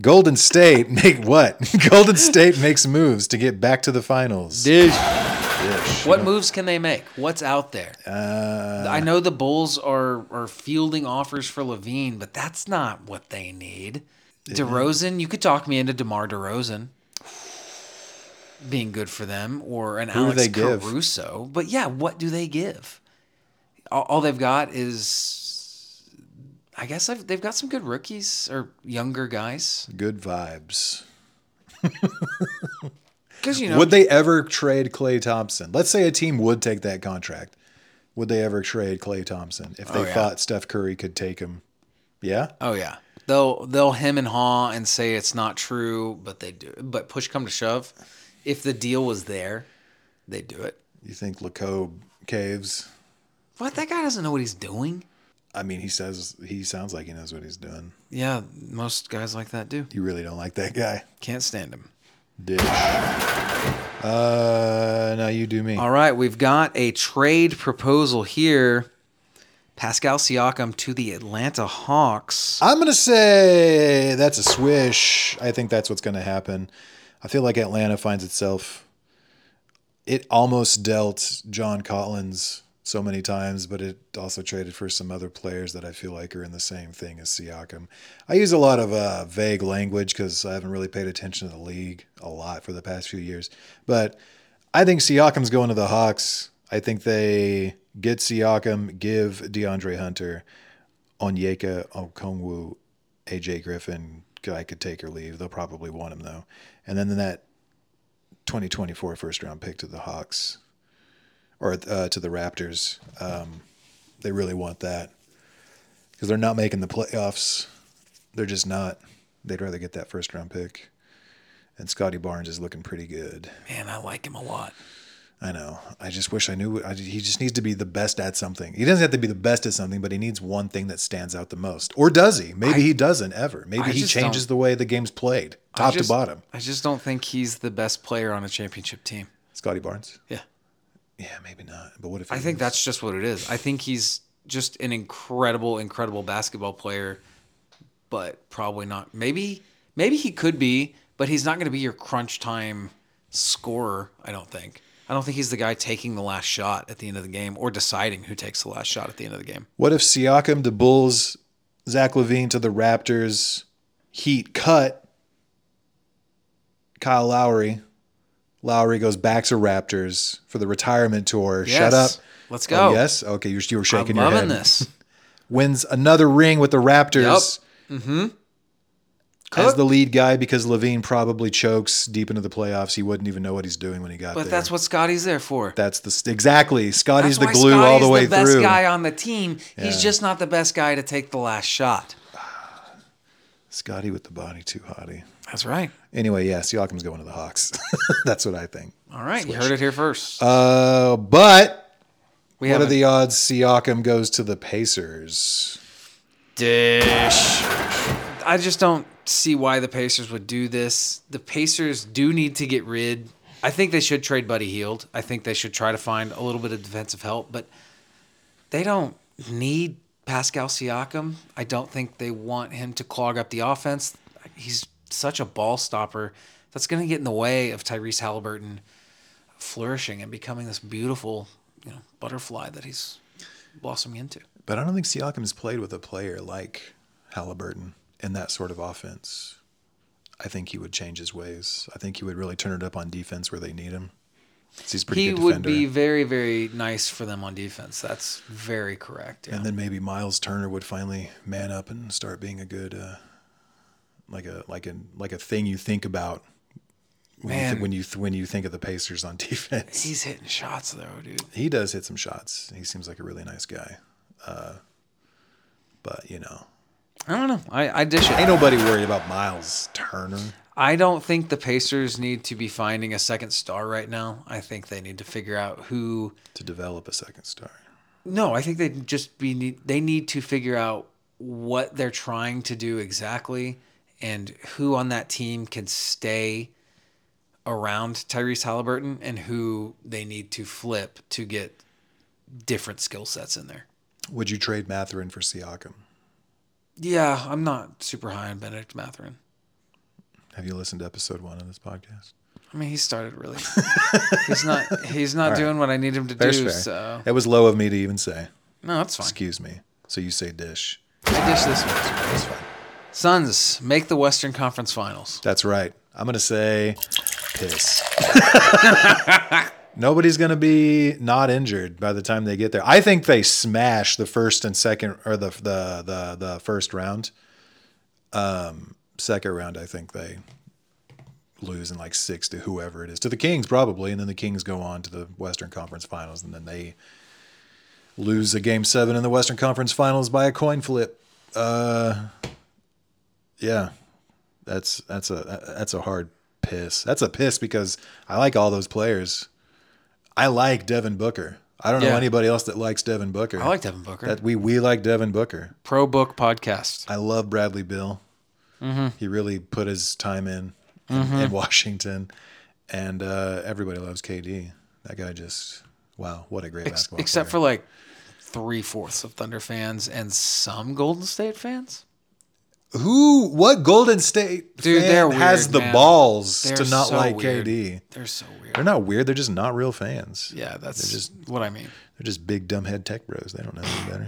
Speaker 3: Golden State make what? Golden State makes moves to get back to the finals.
Speaker 2: What moves can they make? What's out there?
Speaker 3: Uh,
Speaker 2: I know the Bulls are are fielding offers for Levine, but that's not what they need. DeRozan, you could talk me into DeMar DeRozan being good for them, or an
Speaker 3: do
Speaker 2: Alex
Speaker 3: they give?
Speaker 2: Caruso. But yeah, what do they give? All, all they've got is, I guess I've, they've got some good rookies or younger guys.
Speaker 3: Good vibes.
Speaker 2: Because you know,
Speaker 3: Would they ever trade Clay Thompson? Let's say a team would take that contract. Would they ever trade Clay Thompson if they
Speaker 2: yeah.
Speaker 3: thought Steph Curry could take him? Yeah.
Speaker 2: Oh yeah. They'll they'll hem and haw and say it's not true, but they do. But push come to shove, if the deal was there, they would do it.
Speaker 3: You think Lacobe caves?
Speaker 2: What that guy doesn't know what he's doing.
Speaker 3: I mean, he says he sounds like he knows what he's doing.
Speaker 2: Yeah, most guys like that do.
Speaker 3: You really don't like that guy.
Speaker 2: Can't stand him.
Speaker 3: Dish. Uh, now you do me.
Speaker 2: All right, we've got a trade proposal here. Pascal Siakam to the Atlanta Hawks.
Speaker 3: I'm gonna say that's a swish. I think that's what's gonna happen. I feel like Atlanta finds itself. It almost dealt John Collins so many times, but it also traded for some other players that I feel like are in the same thing as Siakam. I use a lot of uh, vague language because I haven't really paid attention to the league a lot for the past few years. But I think Siakam's going to the Hawks. I think they get Siakam, give DeAndre Hunter. Onyeka Okongwu, AJ Griffin guy could take or leave. They'll probably want him though. And then that 2024 first round pick to the Hawks or uh, to the Raptors. Um, they really want that because they're not making the playoffs. They're just not. They'd rather get that first round pick. And Scotty Barnes is looking pretty good.
Speaker 2: Man, I like him a lot.
Speaker 3: I know. I just wish I knew. I, he just needs to be the best at something. He doesn't have to be the best at something, but he needs one thing that stands out the most. Or does he? Maybe he doesn't ever. Maybe
Speaker 2: I
Speaker 3: he
Speaker 2: just
Speaker 3: changes
Speaker 2: don't-
Speaker 3: the way the game's played,
Speaker 2: I
Speaker 3: top
Speaker 2: just-
Speaker 3: to bottom.
Speaker 2: I just don't think he's the best player on a championship team.
Speaker 3: Scotty Barnes.
Speaker 2: Yeah.
Speaker 3: Yeah, maybe not. But what if
Speaker 2: I
Speaker 3: he
Speaker 2: think
Speaker 3: was-
Speaker 2: that's just what it is. I think he's just an incredible, incredible basketball player, but probably not. Maybe, maybe he could be, but he's not going to be your crunch time scorer. I don't think. I don't think he's the guy taking the last shot at the end of the game or deciding who takes the last shot at the end of the game.
Speaker 3: What if Siakam to Bulls, Zach Levine to the Raptors, Heat cut, Kyle Lowry. Lowry goes back to Raptors for the retirement tour. Shut up.
Speaker 2: Yes. Let's go.
Speaker 3: Oh, yes. Okay, you were- you were
Speaker 2: I'm
Speaker 3: shaking your head.
Speaker 2: loving this.
Speaker 3: wins another ring with the Raptors as
Speaker 2: Mm-hmm. Cook.
Speaker 3: the lead guy because Levine probably chokes deep into the playoffs. He wouldn't even know what he's doing when he got
Speaker 2: But
Speaker 3: there.
Speaker 2: that's what Scotty's there for.
Speaker 3: that's the st- exactly Scotty's
Speaker 2: That's
Speaker 3: the
Speaker 2: why
Speaker 3: glue all the
Speaker 2: Scotty's
Speaker 3: way
Speaker 2: the best
Speaker 3: through.
Speaker 2: guy on the team. He's
Speaker 3: Yeah.
Speaker 2: just not the best guy to take the last shot.
Speaker 3: Scotty with the body too hottie.
Speaker 2: That's right.
Speaker 3: Anyway, yeah, Siakam's going to the Hawks. that's what I think.
Speaker 2: All right, you heard it here first.
Speaker 3: Uh, but
Speaker 2: we
Speaker 3: what are
Speaker 2: haven't-
Speaker 3: the odds Siakam goes to the Pacers?
Speaker 2: Dish. I just don't see why the Pacers would do this. The Pacers do need to get rid. I think they should trade Buddy Heald. I think they should try to find a little bit of defensive help, but they don't need Pascal Siakam. I don't think they want him to clog up the offense. He's such a ball stopper. That's going to get in the way of Tyrese Halliburton flourishing and becoming this beautiful, you know, butterfly that he's blossoming into.
Speaker 3: But I don't think Siakam's played with a player like Halliburton in that sort of offense. I think he would change his ways. I think he would really turn it up on defense where they need him. 'Cause He's a pretty
Speaker 2: he
Speaker 3: good
Speaker 2: would
Speaker 3: defender.
Speaker 2: be very, very nice for them on defense. That's very correct. Yeah.
Speaker 3: and then maybe Miles Turner would finally man up and start being a good, uh, like a like a like a thing you think about when you,
Speaker 2: Man.
Speaker 3: th- when you th- when you think of the Pacers on defense.
Speaker 2: He's hitting shots though, dude.
Speaker 3: he does hit some shots. He seems like a really nice guy. Uh, But you know,
Speaker 2: I don't know. I, I dish it.
Speaker 3: ain't nobody worried about Miles Turner.
Speaker 2: I don't think the Pacers need to be finding a second star right now. I think they need to figure out who.
Speaker 3: to develop a second star.
Speaker 2: No, I think they just be need, they need to figure out what they're trying to do exactly and who on that team can stay around Tyrese Halliburton and who they need to flip to get different skill sets in there.
Speaker 3: Would you trade Matherin for Siakam?
Speaker 2: Yeah, I'm not super high on Benedict Matherin.
Speaker 3: Have you listened to episode one of this podcast?
Speaker 2: I mean, he started really. he's not. He's not doing what I need him to do. So
Speaker 3: It was low of me to even say.
Speaker 2: no, that's fine.
Speaker 3: Excuse me. So you say dish.
Speaker 2: I dish this one.
Speaker 3: That's fine.
Speaker 2: Suns make the Western Conference Finals.
Speaker 3: That's right. I'm gonna say piss. Nobody's gonna be not injured by the time they get there. I think they smash the first and second or the the the, the first round. Um, second round, I think they lose in like six to whoever it is to the Kings probably, and then the Kings go on to the Western Conference Finals, and then they lose a game seven in the Western Conference Finals by a coin flip. Uh, yeah, that's that's a that's a hard piss. That's a piss because I like all those players. I like Devin Booker. I don't know
Speaker 2: Yeah.
Speaker 3: anybody else that likes Devin Booker.
Speaker 2: I like Devin Booker.
Speaker 3: that. We we like Devin Booker.
Speaker 2: Pro Book Podcast.
Speaker 3: I love Bradley Bill.
Speaker 2: Mm-hmm.
Speaker 3: He really put his time in in, in Washington, and uh, everybody loves KD. That guy just wow, what a great basketball
Speaker 2: Except for like three fourths of Thunder fans and some Golden State fans.
Speaker 3: for who? What Golden State
Speaker 2: Dude,
Speaker 3: fan
Speaker 2: they're weird,
Speaker 3: has the
Speaker 2: man.
Speaker 3: balls
Speaker 2: They're
Speaker 3: to not
Speaker 2: so
Speaker 3: like
Speaker 2: weird.
Speaker 3: KD?
Speaker 2: They're so
Speaker 3: They're
Speaker 2: weird.
Speaker 3: not weird. They're just not real fans.
Speaker 2: Yeah, that's
Speaker 3: just-
Speaker 2: just what I mean.
Speaker 3: They're just big dumbhead tech bros. They don't know any better.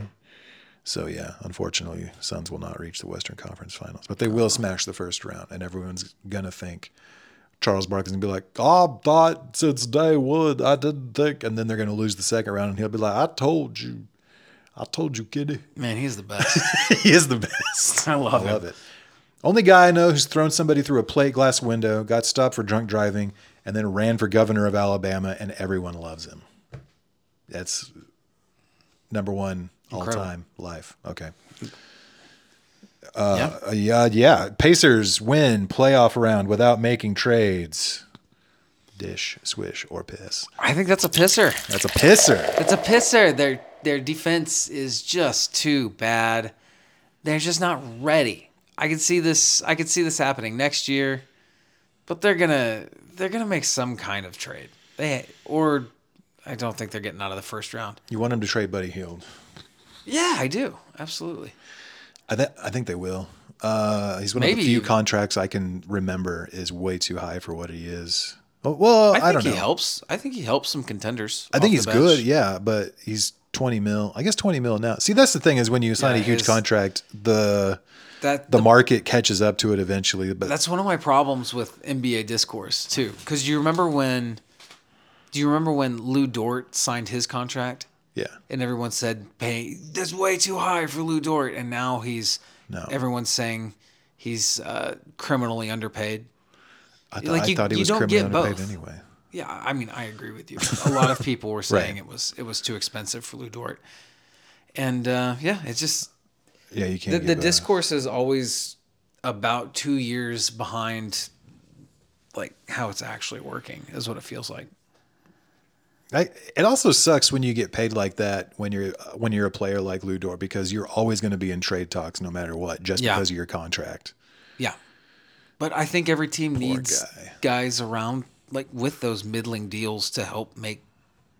Speaker 3: So yeah, unfortunately, Suns will not reach the Western Conference Finals, but they will smash the first round, and everyone's gonna think Charles Barkley's gonna be like, "I thought since day one I didn't think," and then they're gonna lose the second round, and he'll be like, "I told you, I told you, kiddy."
Speaker 2: Man, he's the best.
Speaker 3: he is the best.
Speaker 2: I love
Speaker 3: I love it. Only guy I know who's thrown somebody through a plate glass window, got stopped for drunk driving, and then ran for governor of Alabama, and everyone loves him. That's number one all
Speaker 2: Incredible.
Speaker 3: time life. Okay.
Speaker 2: yeah.
Speaker 3: Uh, yeah, yeah. Pacers win playoff round without making trades. Dish, swish, or piss.
Speaker 2: I think that's a pisser.
Speaker 3: That's a pisser.
Speaker 2: It's a pisser. Their their defense is just too bad. They're just not ready. I can see this. I can see this happening next year, but they're gonna they're gonna make some kind of trade. They or I don't think they're getting out of the first round.
Speaker 3: You want him to trade Buddy Heald.
Speaker 2: Yeah, I do absolutely.
Speaker 3: I, th- I think they will. Uh, he's one of
Speaker 2: Maybe.
Speaker 3: the few contracts I can remember is way too high for what he is. Well, well I,
Speaker 2: I think
Speaker 3: don't
Speaker 2: he
Speaker 3: know.
Speaker 2: helps. I think he helps some contenders.
Speaker 3: I
Speaker 2: off
Speaker 3: think
Speaker 2: the
Speaker 3: he's
Speaker 2: bench.
Speaker 3: good, yeah, but he's 20 mil. I guess 20 mil now. See, that's the thing is when you sign
Speaker 2: Yeah,
Speaker 3: a huge
Speaker 2: his-
Speaker 3: contract, the
Speaker 2: That
Speaker 3: the market catches up to it eventually. But
Speaker 2: That's one of my problems with NBA discourse too, because you remember when? Do you remember when Lou Dort signed his contract?
Speaker 3: yeah,
Speaker 2: and everyone said pay that's way too high for Lou Dort, and now he's
Speaker 3: No.
Speaker 2: everyone's saying he's uh, criminally underpaid.
Speaker 3: I, th-
Speaker 2: Like,
Speaker 3: I
Speaker 2: you-
Speaker 3: thought he
Speaker 2: you
Speaker 3: was
Speaker 2: don't
Speaker 3: criminally
Speaker 2: get both.
Speaker 3: underpaid anyway.
Speaker 2: Yeah, I mean, I agree with you. A lot of people were saying it was it was too expensive for Lou Dort, and uh, yeah, it's just
Speaker 3: Yeah, you can't.
Speaker 2: the,
Speaker 3: get
Speaker 2: the
Speaker 3: both.
Speaker 2: discourse is always about two years behind, like how it's actually working is what it feels like.
Speaker 3: I, it also sucks when you get paid like that when you're when you're a player like Ludor because you're always going to be in trade talks no matter what just
Speaker 2: Yeah.
Speaker 3: because of your contract.
Speaker 2: Yeah. But I think every team needs
Speaker 3: guy.
Speaker 2: guys around like with those middling deals to help make,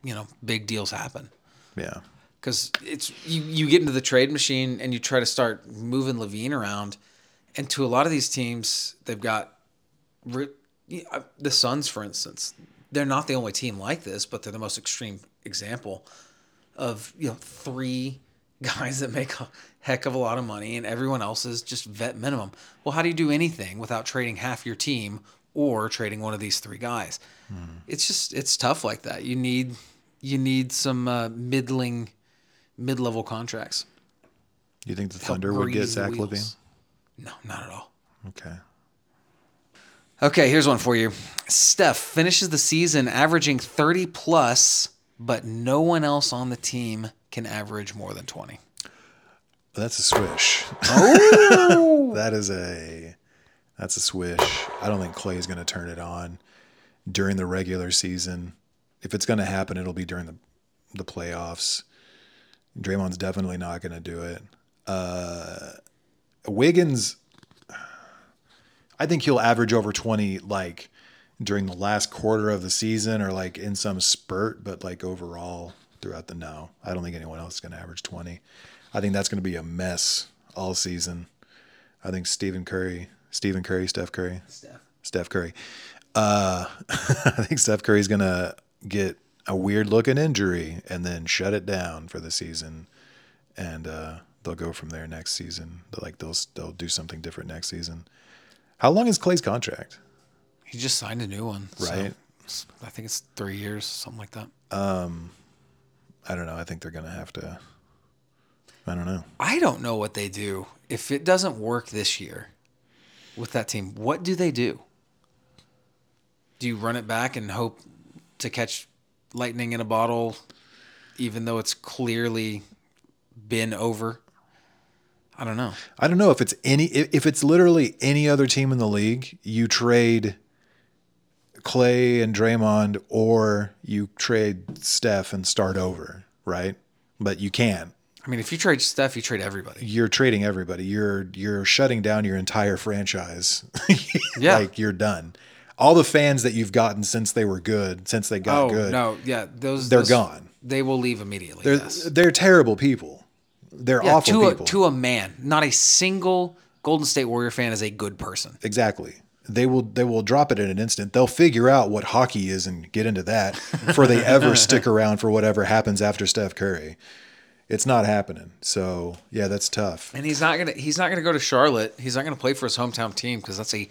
Speaker 2: you know, big deals happen.
Speaker 3: Yeah.
Speaker 2: Cuz it's you you get into the trade machine and you try to start moving Levine around and to a lot of these teams they've got re- yeah, uh, the Suns for instance. They're not the only team like this, but they're the most extreme example of, you know, three guys that make a heck of a lot of money and everyone else is just vet minimum. Well, how do you do anything without trading half your team or trading one of these three guys? It's just it's tough like that. You need you need some uh, middling mid-level contracts.
Speaker 3: You think the
Speaker 2: Help
Speaker 3: Thunder would get
Speaker 2: grease the
Speaker 3: Zach
Speaker 2: wheels.
Speaker 3: Levine?
Speaker 2: No, not at all.
Speaker 3: Okay.
Speaker 2: Okay, here's one for you. Steph finishes the season averaging 30 plus, but no one else on the team can average more than 20.
Speaker 3: That's a swish. that is a that's a swish. I don't think Clay's going to turn it on during the regular season. If it's going to happen, it'll be during the the playoffs. Draymond's definitely not going to do it. Uh, Wiggins, I think he'll average over twenty like during the last quarter of the season or like in some spurt, but like overall throughout the no, I don't think anyone else is going to average twenty. I think that's going to be a mess all season. I think Stephen Curry, Stephen Curry, Steph Curry,
Speaker 2: Steph.
Speaker 3: Steph Curry. Uh, I think Steph Curry's gonna get a weird looking injury and then shut it down for the season, and uh, they'll go from there next season. They'll, Like they'll they'll do something different next season. How long is Clay's contract?
Speaker 2: He just signed a new one. so
Speaker 3: Right.
Speaker 2: it's- I think it's three years, something like that.
Speaker 3: I don't know. I think they're gonna have to. I don't know.
Speaker 2: I don't know what they do. If it doesn't work this year with that team, what do they do? Do you run it back and hope to catch lightning in a bottle, even though it's clearly been over? I don't know.
Speaker 3: I don't know if it's any if if it's literally any other team in the league, you trade Clay and Draymond or you trade Steph and start over, right? But you can't.
Speaker 2: I mean, if you trade Steph, you trade everybody.
Speaker 3: You're trading everybody. You're you're shutting down your entire franchise.
Speaker 2: Yeah.
Speaker 3: Like you're done. All the fans that you've gotten since they were good, since they got
Speaker 2: Oh
Speaker 3: good.
Speaker 2: no, yeah, those
Speaker 3: They're
Speaker 2: those-
Speaker 3: gone.
Speaker 2: They will leave immediately.
Speaker 3: They're
Speaker 2: yes.
Speaker 3: they're terrible people. They're
Speaker 2: Yeah,
Speaker 3: awful
Speaker 2: to a,
Speaker 3: people.
Speaker 2: to a man, not a single Golden State Warrior fan is a good person.
Speaker 3: Exactly. They will they will drop it in an instant. They'll figure out what hockey is and get into that before they ever stick around for whatever happens after Steph Curry. It's not happening. So yeah, that's tough.
Speaker 2: And he's not gonna he's not gonna go to Charlotte. He's not gonna play for his hometown team because that's a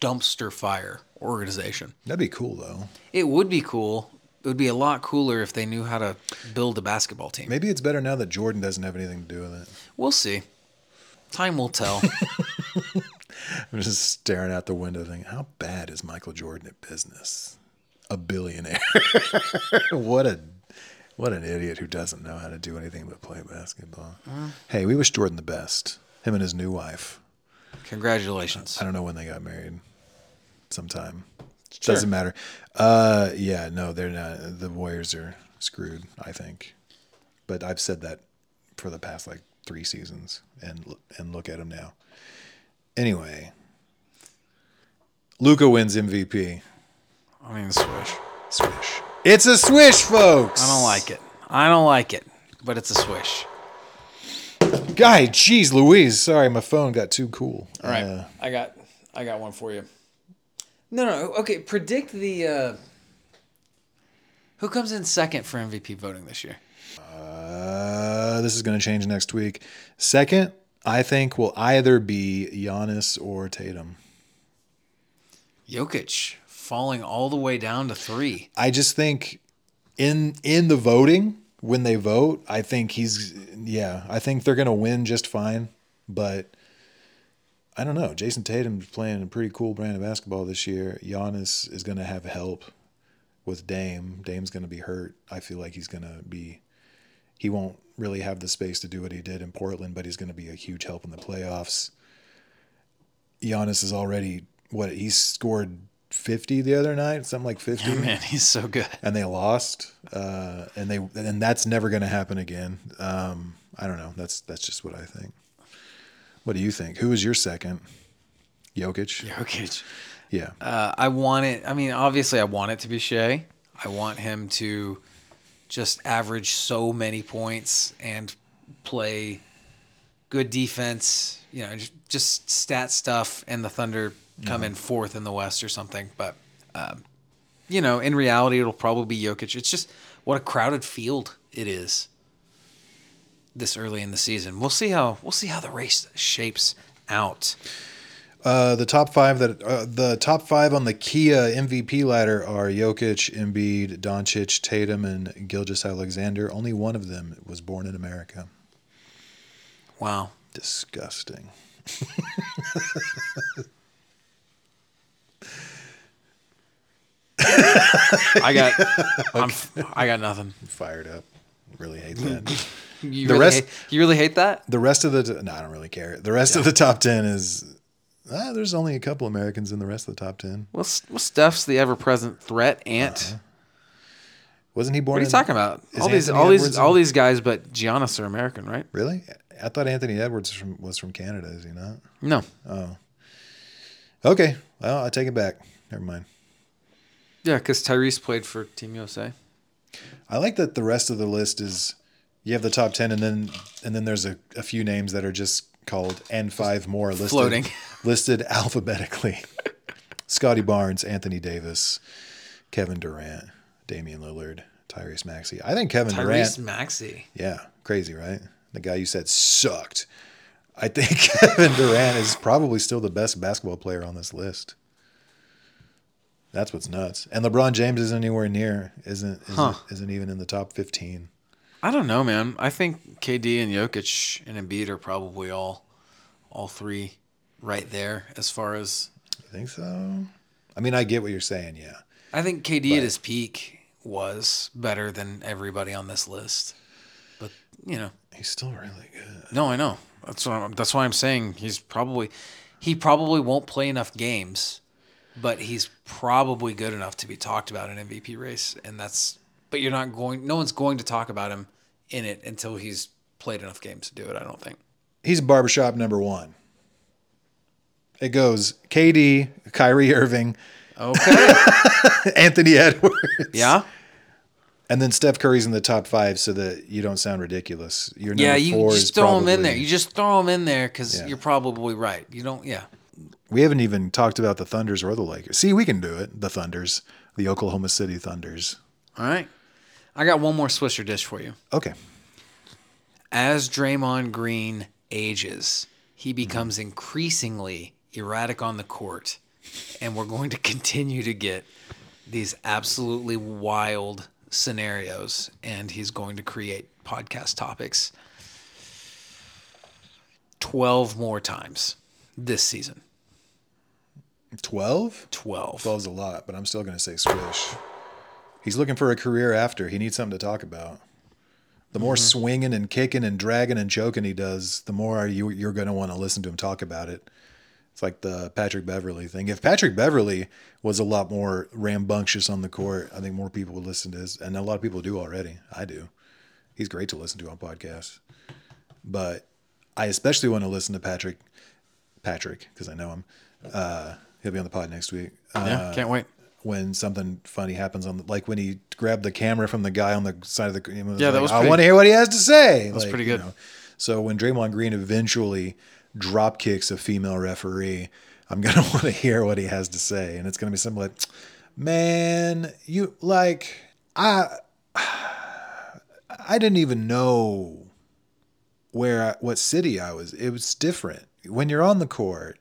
Speaker 2: dumpster fire organization.
Speaker 3: That'd be cool though.
Speaker 2: It would be cool. It would be a lot cooler if they knew how to build a basketball team.
Speaker 3: Maybe it's better now that Jordan doesn't have anything to do with it.
Speaker 2: We'll see. Time will tell.
Speaker 3: I'm just staring out the window thinking, how bad is Michael Jordan at business? A billionaire. what a what an idiot who doesn't know how to do anything but play basketball. Hey, we wish Jordan the best. Him and his new wife.
Speaker 2: Congratulations.
Speaker 3: I don't know when they got married. Sometime. Doesn't matter. Uh, yeah, no, they're not. The Warriors are screwed, I think. But I've said that for the past like three seasons, and and look at them now. Anyway, Luca wins MVP.
Speaker 2: I mean, swish.
Speaker 3: Swish. It's a swish, folks.
Speaker 2: I don't like it. I don't like it. But it's a swish.
Speaker 3: Guy, jeez, Louise. Sorry, my phone got too cool. Uh,
Speaker 2: All right, I got I got one for you. No, no, okay. Predict the uh, who comes in second for MVP voting this year.
Speaker 3: Uh, this is going to change next week. Second, I think will either be Giannis or Tatum.
Speaker 2: Jokic falling all the way down to three.
Speaker 3: I just think in in the voting when they vote, I think he's yeah, I think they're going to win just fine, but I don't know. Jason Tatum's playing a pretty cool brand of basketball this year. Giannis is going to have help with Dame. Dame's going to be hurt. I feel like he's going to be he won't really have the space to do what he did in Portland, but he's going to be a huge help in the playoffs. Giannis is already what he scored 50 the other night, something like 50
Speaker 2: Man, he's so good.
Speaker 3: and they lost, uh, and they and that's never going to happen again. Um, I don't know. That's that's just what I think. What do you think? Who is your second? Jokic. Yeah.
Speaker 2: Jokic.
Speaker 3: Yeah.
Speaker 2: Uh, I want it. I mean, obviously, I want it to be Shea. I want him to just average so many points and play good defense. You know, just, just stat stuff, and the Thunder come in fourth in the West or something. But um, you know, in reality, it'll probably be Jokic. It's just what a crowded field it is this early in the season. We'll see how we'll see how the race shapes out.
Speaker 3: Uh, the top five that uh, the top five on the Kia MVP ladder are Jokic, Embiid, Doncic, Tatum, and Gilgis Alexander. Only one of them was born in America.
Speaker 2: Wow.
Speaker 3: Disgusting.
Speaker 2: I got, I'm, I got nothing.
Speaker 3: Fired up. Really hate that.
Speaker 2: You
Speaker 3: The
Speaker 2: really
Speaker 3: rest-
Speaker 2: hate, you really hate that?
Speaker 3: The rest of the t- no, I don't really care. The rest of the top ten is ah, there's only a couple Americans in the rest of the top ten.
Speaker 2: Well, S- well Steph's the ever-present threat ant.
Speaker 3: Wasn't he born?
Speaker 2: what are you
Speaker 3: in-
Speaker 2: talking about?
Speaker 3: Uh, is
Speaker 2: All these,
Speaker 3: Anthony
Speaker 2: all these,
Speaker 3: Edwards
Speaker 2: all
Speaker 3: in-
Speaker 2: these guys, but Giannis are American, right?
Speaker 3: Really? I thought Anthony Edwards was from, was from Canada. Is he not?
Speaker 2: No,
Speaker 3: Okay. Well, I take it back. Never mind.
Speaker 2: yeah, because Tyrese played for Team USA.
Speaker 3: I like that the rest of the list is you have the top ten, and then and then there's a, a few names that are just called and five more listed
Speaker 2: Floating.
Speaker 3: listed alphabetically. Scotty Barnes, Anthony Davis, Kevin Durant, Damian Lillard, Tyrese Maxey. I think Kevin Durant.
Speaker 2: Tyrese Maxey.
Speaker 3: Yeah, crazy, right? The guy you said sucked. I think Kevin Durant is probably still the best basketball player on this list. That's what's nuts. And LeBron James isn't anywhere near isn't isn't,
Speaker 2: Huh.
Speaker 3: isn't even in the top 15.
Speaker 2: I don't know, man. I think KD and Jokic and Embiid are probably all, all three, right there as far as
Speaker 3: You think so? I mean, I get what you're saying, yeah.
Speaker 2: I think KD at his peak was better than everybody on this list. But you know,
Speaker 3: He's still really good.
Speaker 2: no, I know. That's what I'm, that's why I'm saying he's probably he probably won't play enough games, but he's probably good enough to be talked about in an MVP race. And that's but you're not going. No one's going to talk about him in it until he's played enough games to do it. I don't think.
Speaker 3: He's barbershop number 1. It goes KD, Kyrie Irving,
Speaker 2: Okay.
Speaker 3: Anthony Edwards.
Speaker 2: yeah.
Speaker 3: And then Steph Curry's in the top five so that you don't sound ridiculous. Your number
Speaker 2: Yeah. You
Speaker 3: four is
Speaker 2: just throw
Speaker 3: probably,
Speaker 2: him in there. You just throw him in there because
Speaker 3: Yeah.
Speaker 2: you're probably right. You don't. Yeah.
Speaker 3: we haven't even talked about the Thunders or the Lakers. See, we can do it. The Thunders, the Oklahoma City Thunders.
Speaker 2: All right. I got one more Swisher dish for you.
Speaker 3: Okay.
Speaker 2: As Draymond Green ages,
Speaker 3: Mm-hmm.
Speaker 2: he becomes increasingly erratic on the court, and we're going to continue to get these absolutely wild scenarios, and he's going to create podcast topics 12 more times this season.
Speaker 3: 12?
Speaker 2: 12.
Speaker 3: 12 is a lot, but I'm still going to say swish. He's looking for a career after. He needs something to talk about. The more swinging and kicking and dragging and choking he does, the more you, you're going to want to listen to him talk about it. It's like the Patrick Beverly thing. If Patrick Beverly was a lot more rambunctious on the court, I think more people would listen to his, and a lot of people do already. I do. He's great to listen to on podcasts, but I especially want to listen to Patrick, Patrick, because I know him. Uh, he'll be on the pod next week. Uh,
Speaker 2: Yeah, can't wait.
Speaker 3: when something funny happens on the, like when he grabbed the camera from the guy on the side of the yeah
Speaker 2: Yeah, that was
Speaker 3: I
Speaker 2: pretty-
Speaker 3: want to hear what he has to say. That's
Speaker 2: pretty good.
Speaker 3: So when Draymond Green eventually drop kicks a female referee, I'm gonna want to hear what he has to say, and it's gonna be something like, "Man, you like I I didn't even know where I, what city I was. It was different when you're on the court,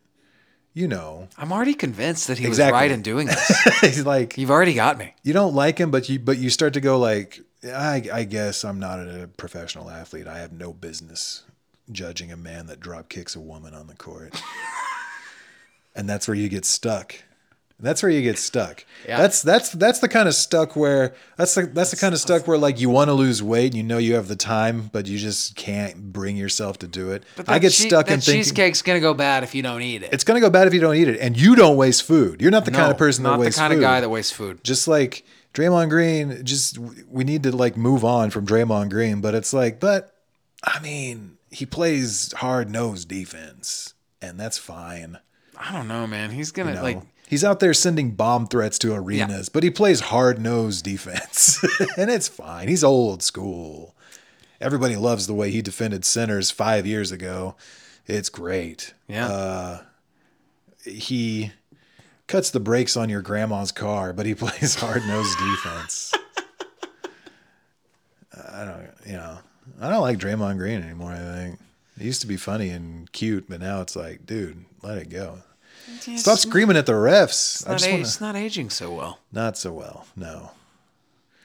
Speaker 3: you know.
Speaker 2: I'm already convinced that he was
Speaker 3: Exactly.
Speaker 2: right in doing this.
Speaker 3: He's like
Speaker 2: You've already got me.
Speaker 3: you don't like him, but you but you start to go like, I, I guess I'm not a professional athlete. I have no business judging a man that drop kicks a woman on the court, and that's where you get stuck. That's where you get stuck.
Speaker 2: Yeah.
Speaker 3: That's that's that's the kind of stuck where that's the that's the kind of stuck where like you want to lose weight and you know you have the time, but you just can't bring yourself to do it. I
Speaker 2: That
Speaker 3: get
Speaker 2: che-
Speaker 3: stuck
Speaker 2: that
Speaker 3: in thinking
Speaker 2: cheesecake's gonna go bad if you don't eat it.
Speaker 3: it's gonna go bad if you don't eat it, and you don't waste food. You're not the kind of person that
Speaker 2: not
Speaker 3: wastes
Speaker 2: the kind
Speaker 3: food
Speaker 2: of guy that wastes food.
Speaker 3: just like Draymond Green, just we need to like move on from Draymond Green, but it's like, but I mean, he plays hard nosed defense, and that's fine.
Speaker 2: I don't know, man. He's gonna
Speaker 3: you know?
Speaker 2: like
Speaker 3: he's out there sending bomb threats to arenas, but he plays hard nosed defense, and it's fine. He's old school. Everybody loves the way he defended centers five years ago. It's great
Speaker 2: yeah.
Speaker 3: Uh, he cuts the brakes on your grandma's car, but he plays hard nosed defense. I don't, you know, I don't like Draymond Green anymore. I think it used to be funny and cute, but now it's like, dude, let it go. Stop screaming at the refs. I
Speaker 2: Not
Speaker 3: just
Speaker 2: a-
Speaker 3: want
Speaker 2: It's
Speaker 3: to.
Speaker 2: not aging so well.
Speaker 3: Not so well. No.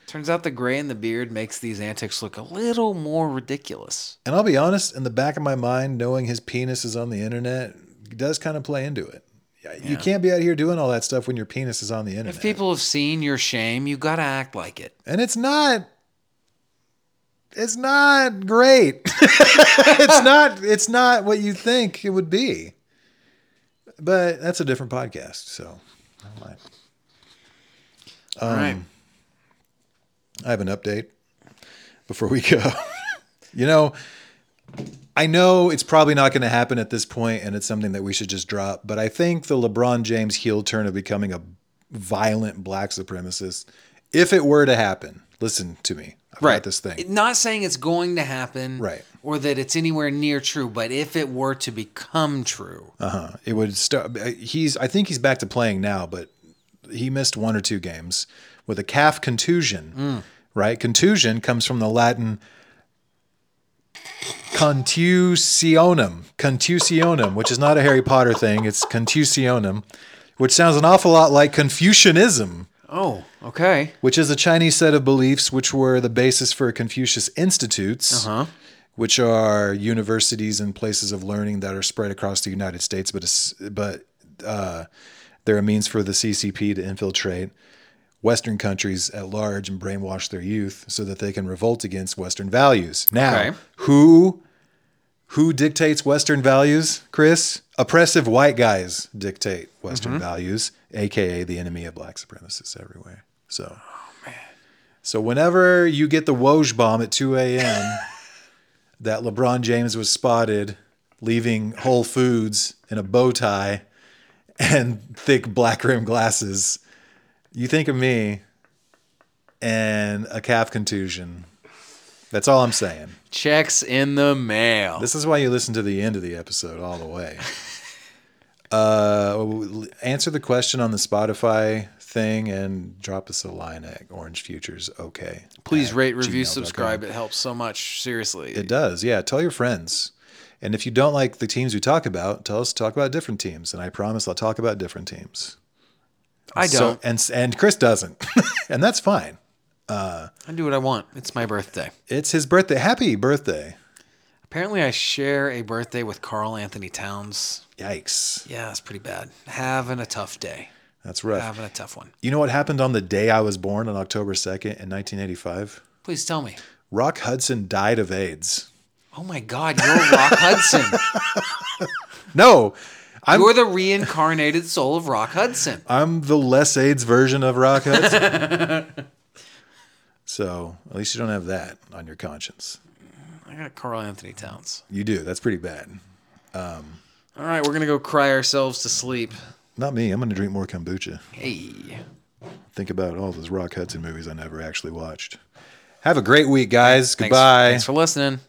Speaker 2: Turns out the gray in the beard makes these antics look a little more ridiculous.
Speaker 3: And I'll be honest, in the back of my mind, knowing his penis is on the internet does kind of play into it. You can't be out here doing all that stuff when your penis is on the internet.
Speaker 2: If people have seen your shame, you gotta act like it.
Speaker 3: and it's not it's not great. it's not it's not what you think it would be. But that's a different podcast, so never mind. Um,
Speaker 2: All right.
Speaker 3: I have an update before we go. you know, I know it's probably not going to happen at this point, and it's something that we should just drop. But I think the LeBron James heel turn of becoming a violent black supremacist, if it were to happen, listen to me. I've got
Speaker 2: Right.
Speaker 3: this thing.
Speaker 2: Not saying it's going to happen,
Speaker 3: Right.
Speaker 2: Or that it's anywhere near true, but if it were to become true,
Speaker 3: Uh-huh. It would start. He's. I think he's back to playing now, but he missed one or two games with a calf contusion. Right, contusion comes from the Latin contusionum, contusionum, which is not a Harry Potter thing. It's contusionum, which sounds an awful lot like Confucianism
Speaker 2: oh, okay,
Speaker 3: which is a Chinese set of beliefs which were the basis for Confucius Institutes, which are universities and places of learning that are spread across the United States, but es- but uh, they're a means for the CCP to infiltrate Western countries at large and brainwash their youth so that they can revolt against Western values. Now,
Speaker 2: Okay.
Speaker 3: who who dictates Western values, Chris? Oppressive white guys dictate Western values, aka the enemy of black supremacists everywhere. So, so whenever you get the Woj bomb at 2 a.m. that LeBron James was spotted leaving Whole Foods in a bow tie and thick black rim glasses, you think of me and a calf contusion. That's all I'm saying.
Speaker 2: checks in the mail.
Speaker 3: This is why you listen to the end of the episode all the way. uh, answer the question on the Spotify thing and drop us a line at Orange Futures. Okay.
Speaker 2: Please
Speaker 3: at
Speaker 2: rate, review,
Speaker 3: gmail.com.
Speaker 2: subscribe. It helps so much. Seriously,
Speaker 3: It does. Yeah. Tell your friends. And if you don't like the teams we talk about, tell us to talk about different teams. And I promise I'll talk about different teams.
Speaker 2: I
Speaker 3: So-
Speaker 2: don't.
Speaker 3: and, and Chris doesn't. and that's fine.
Speaker 2: I do what I want. It's my birthday.
Speaker 3: It's his birthday. Happy birthday.
Speaker 2: Apparently, I share a birthday with Carl Anthony Towns.
Speaker 3: Yikes.
Speaker 2: Yeah, that's pretty bad. Having a tough day.
Speaker 3: That's rough.
Speaker 2: Having a tough one.
Speaker 3: You know what happened on the day I was born on October 2nd in 1985?
Speaker 2: Please tell me.
Speaker 3: Rock Hudson died of AIDS.
Speaker 2: Oh my God, you're Rock Hudson.
Speaker 3: No, I'm
Speaker 2: You're the reincarnated soul of Rock Hudson.
Speaker 3: I'm the less AIDS version of Rock Hudson. so at least you don't have that on your conscience.
Speaker 2: I got Carl Anthony Towns.
Speaker 3: You do. That's pretty bad.
Speaker 2: All right, we're gonna go cry ourselves to sleep.
Speaker 3: Not me. I'm going to drink more kombucha.
Speaker 2: Hey,
Speaker 3: Think about all those Rock Hudson movies I never actually watched. Have a great week, guys.
Speaker 2: Thanks-
Speaker 3: Goodbye.
Speaker 2: Thanks for listening.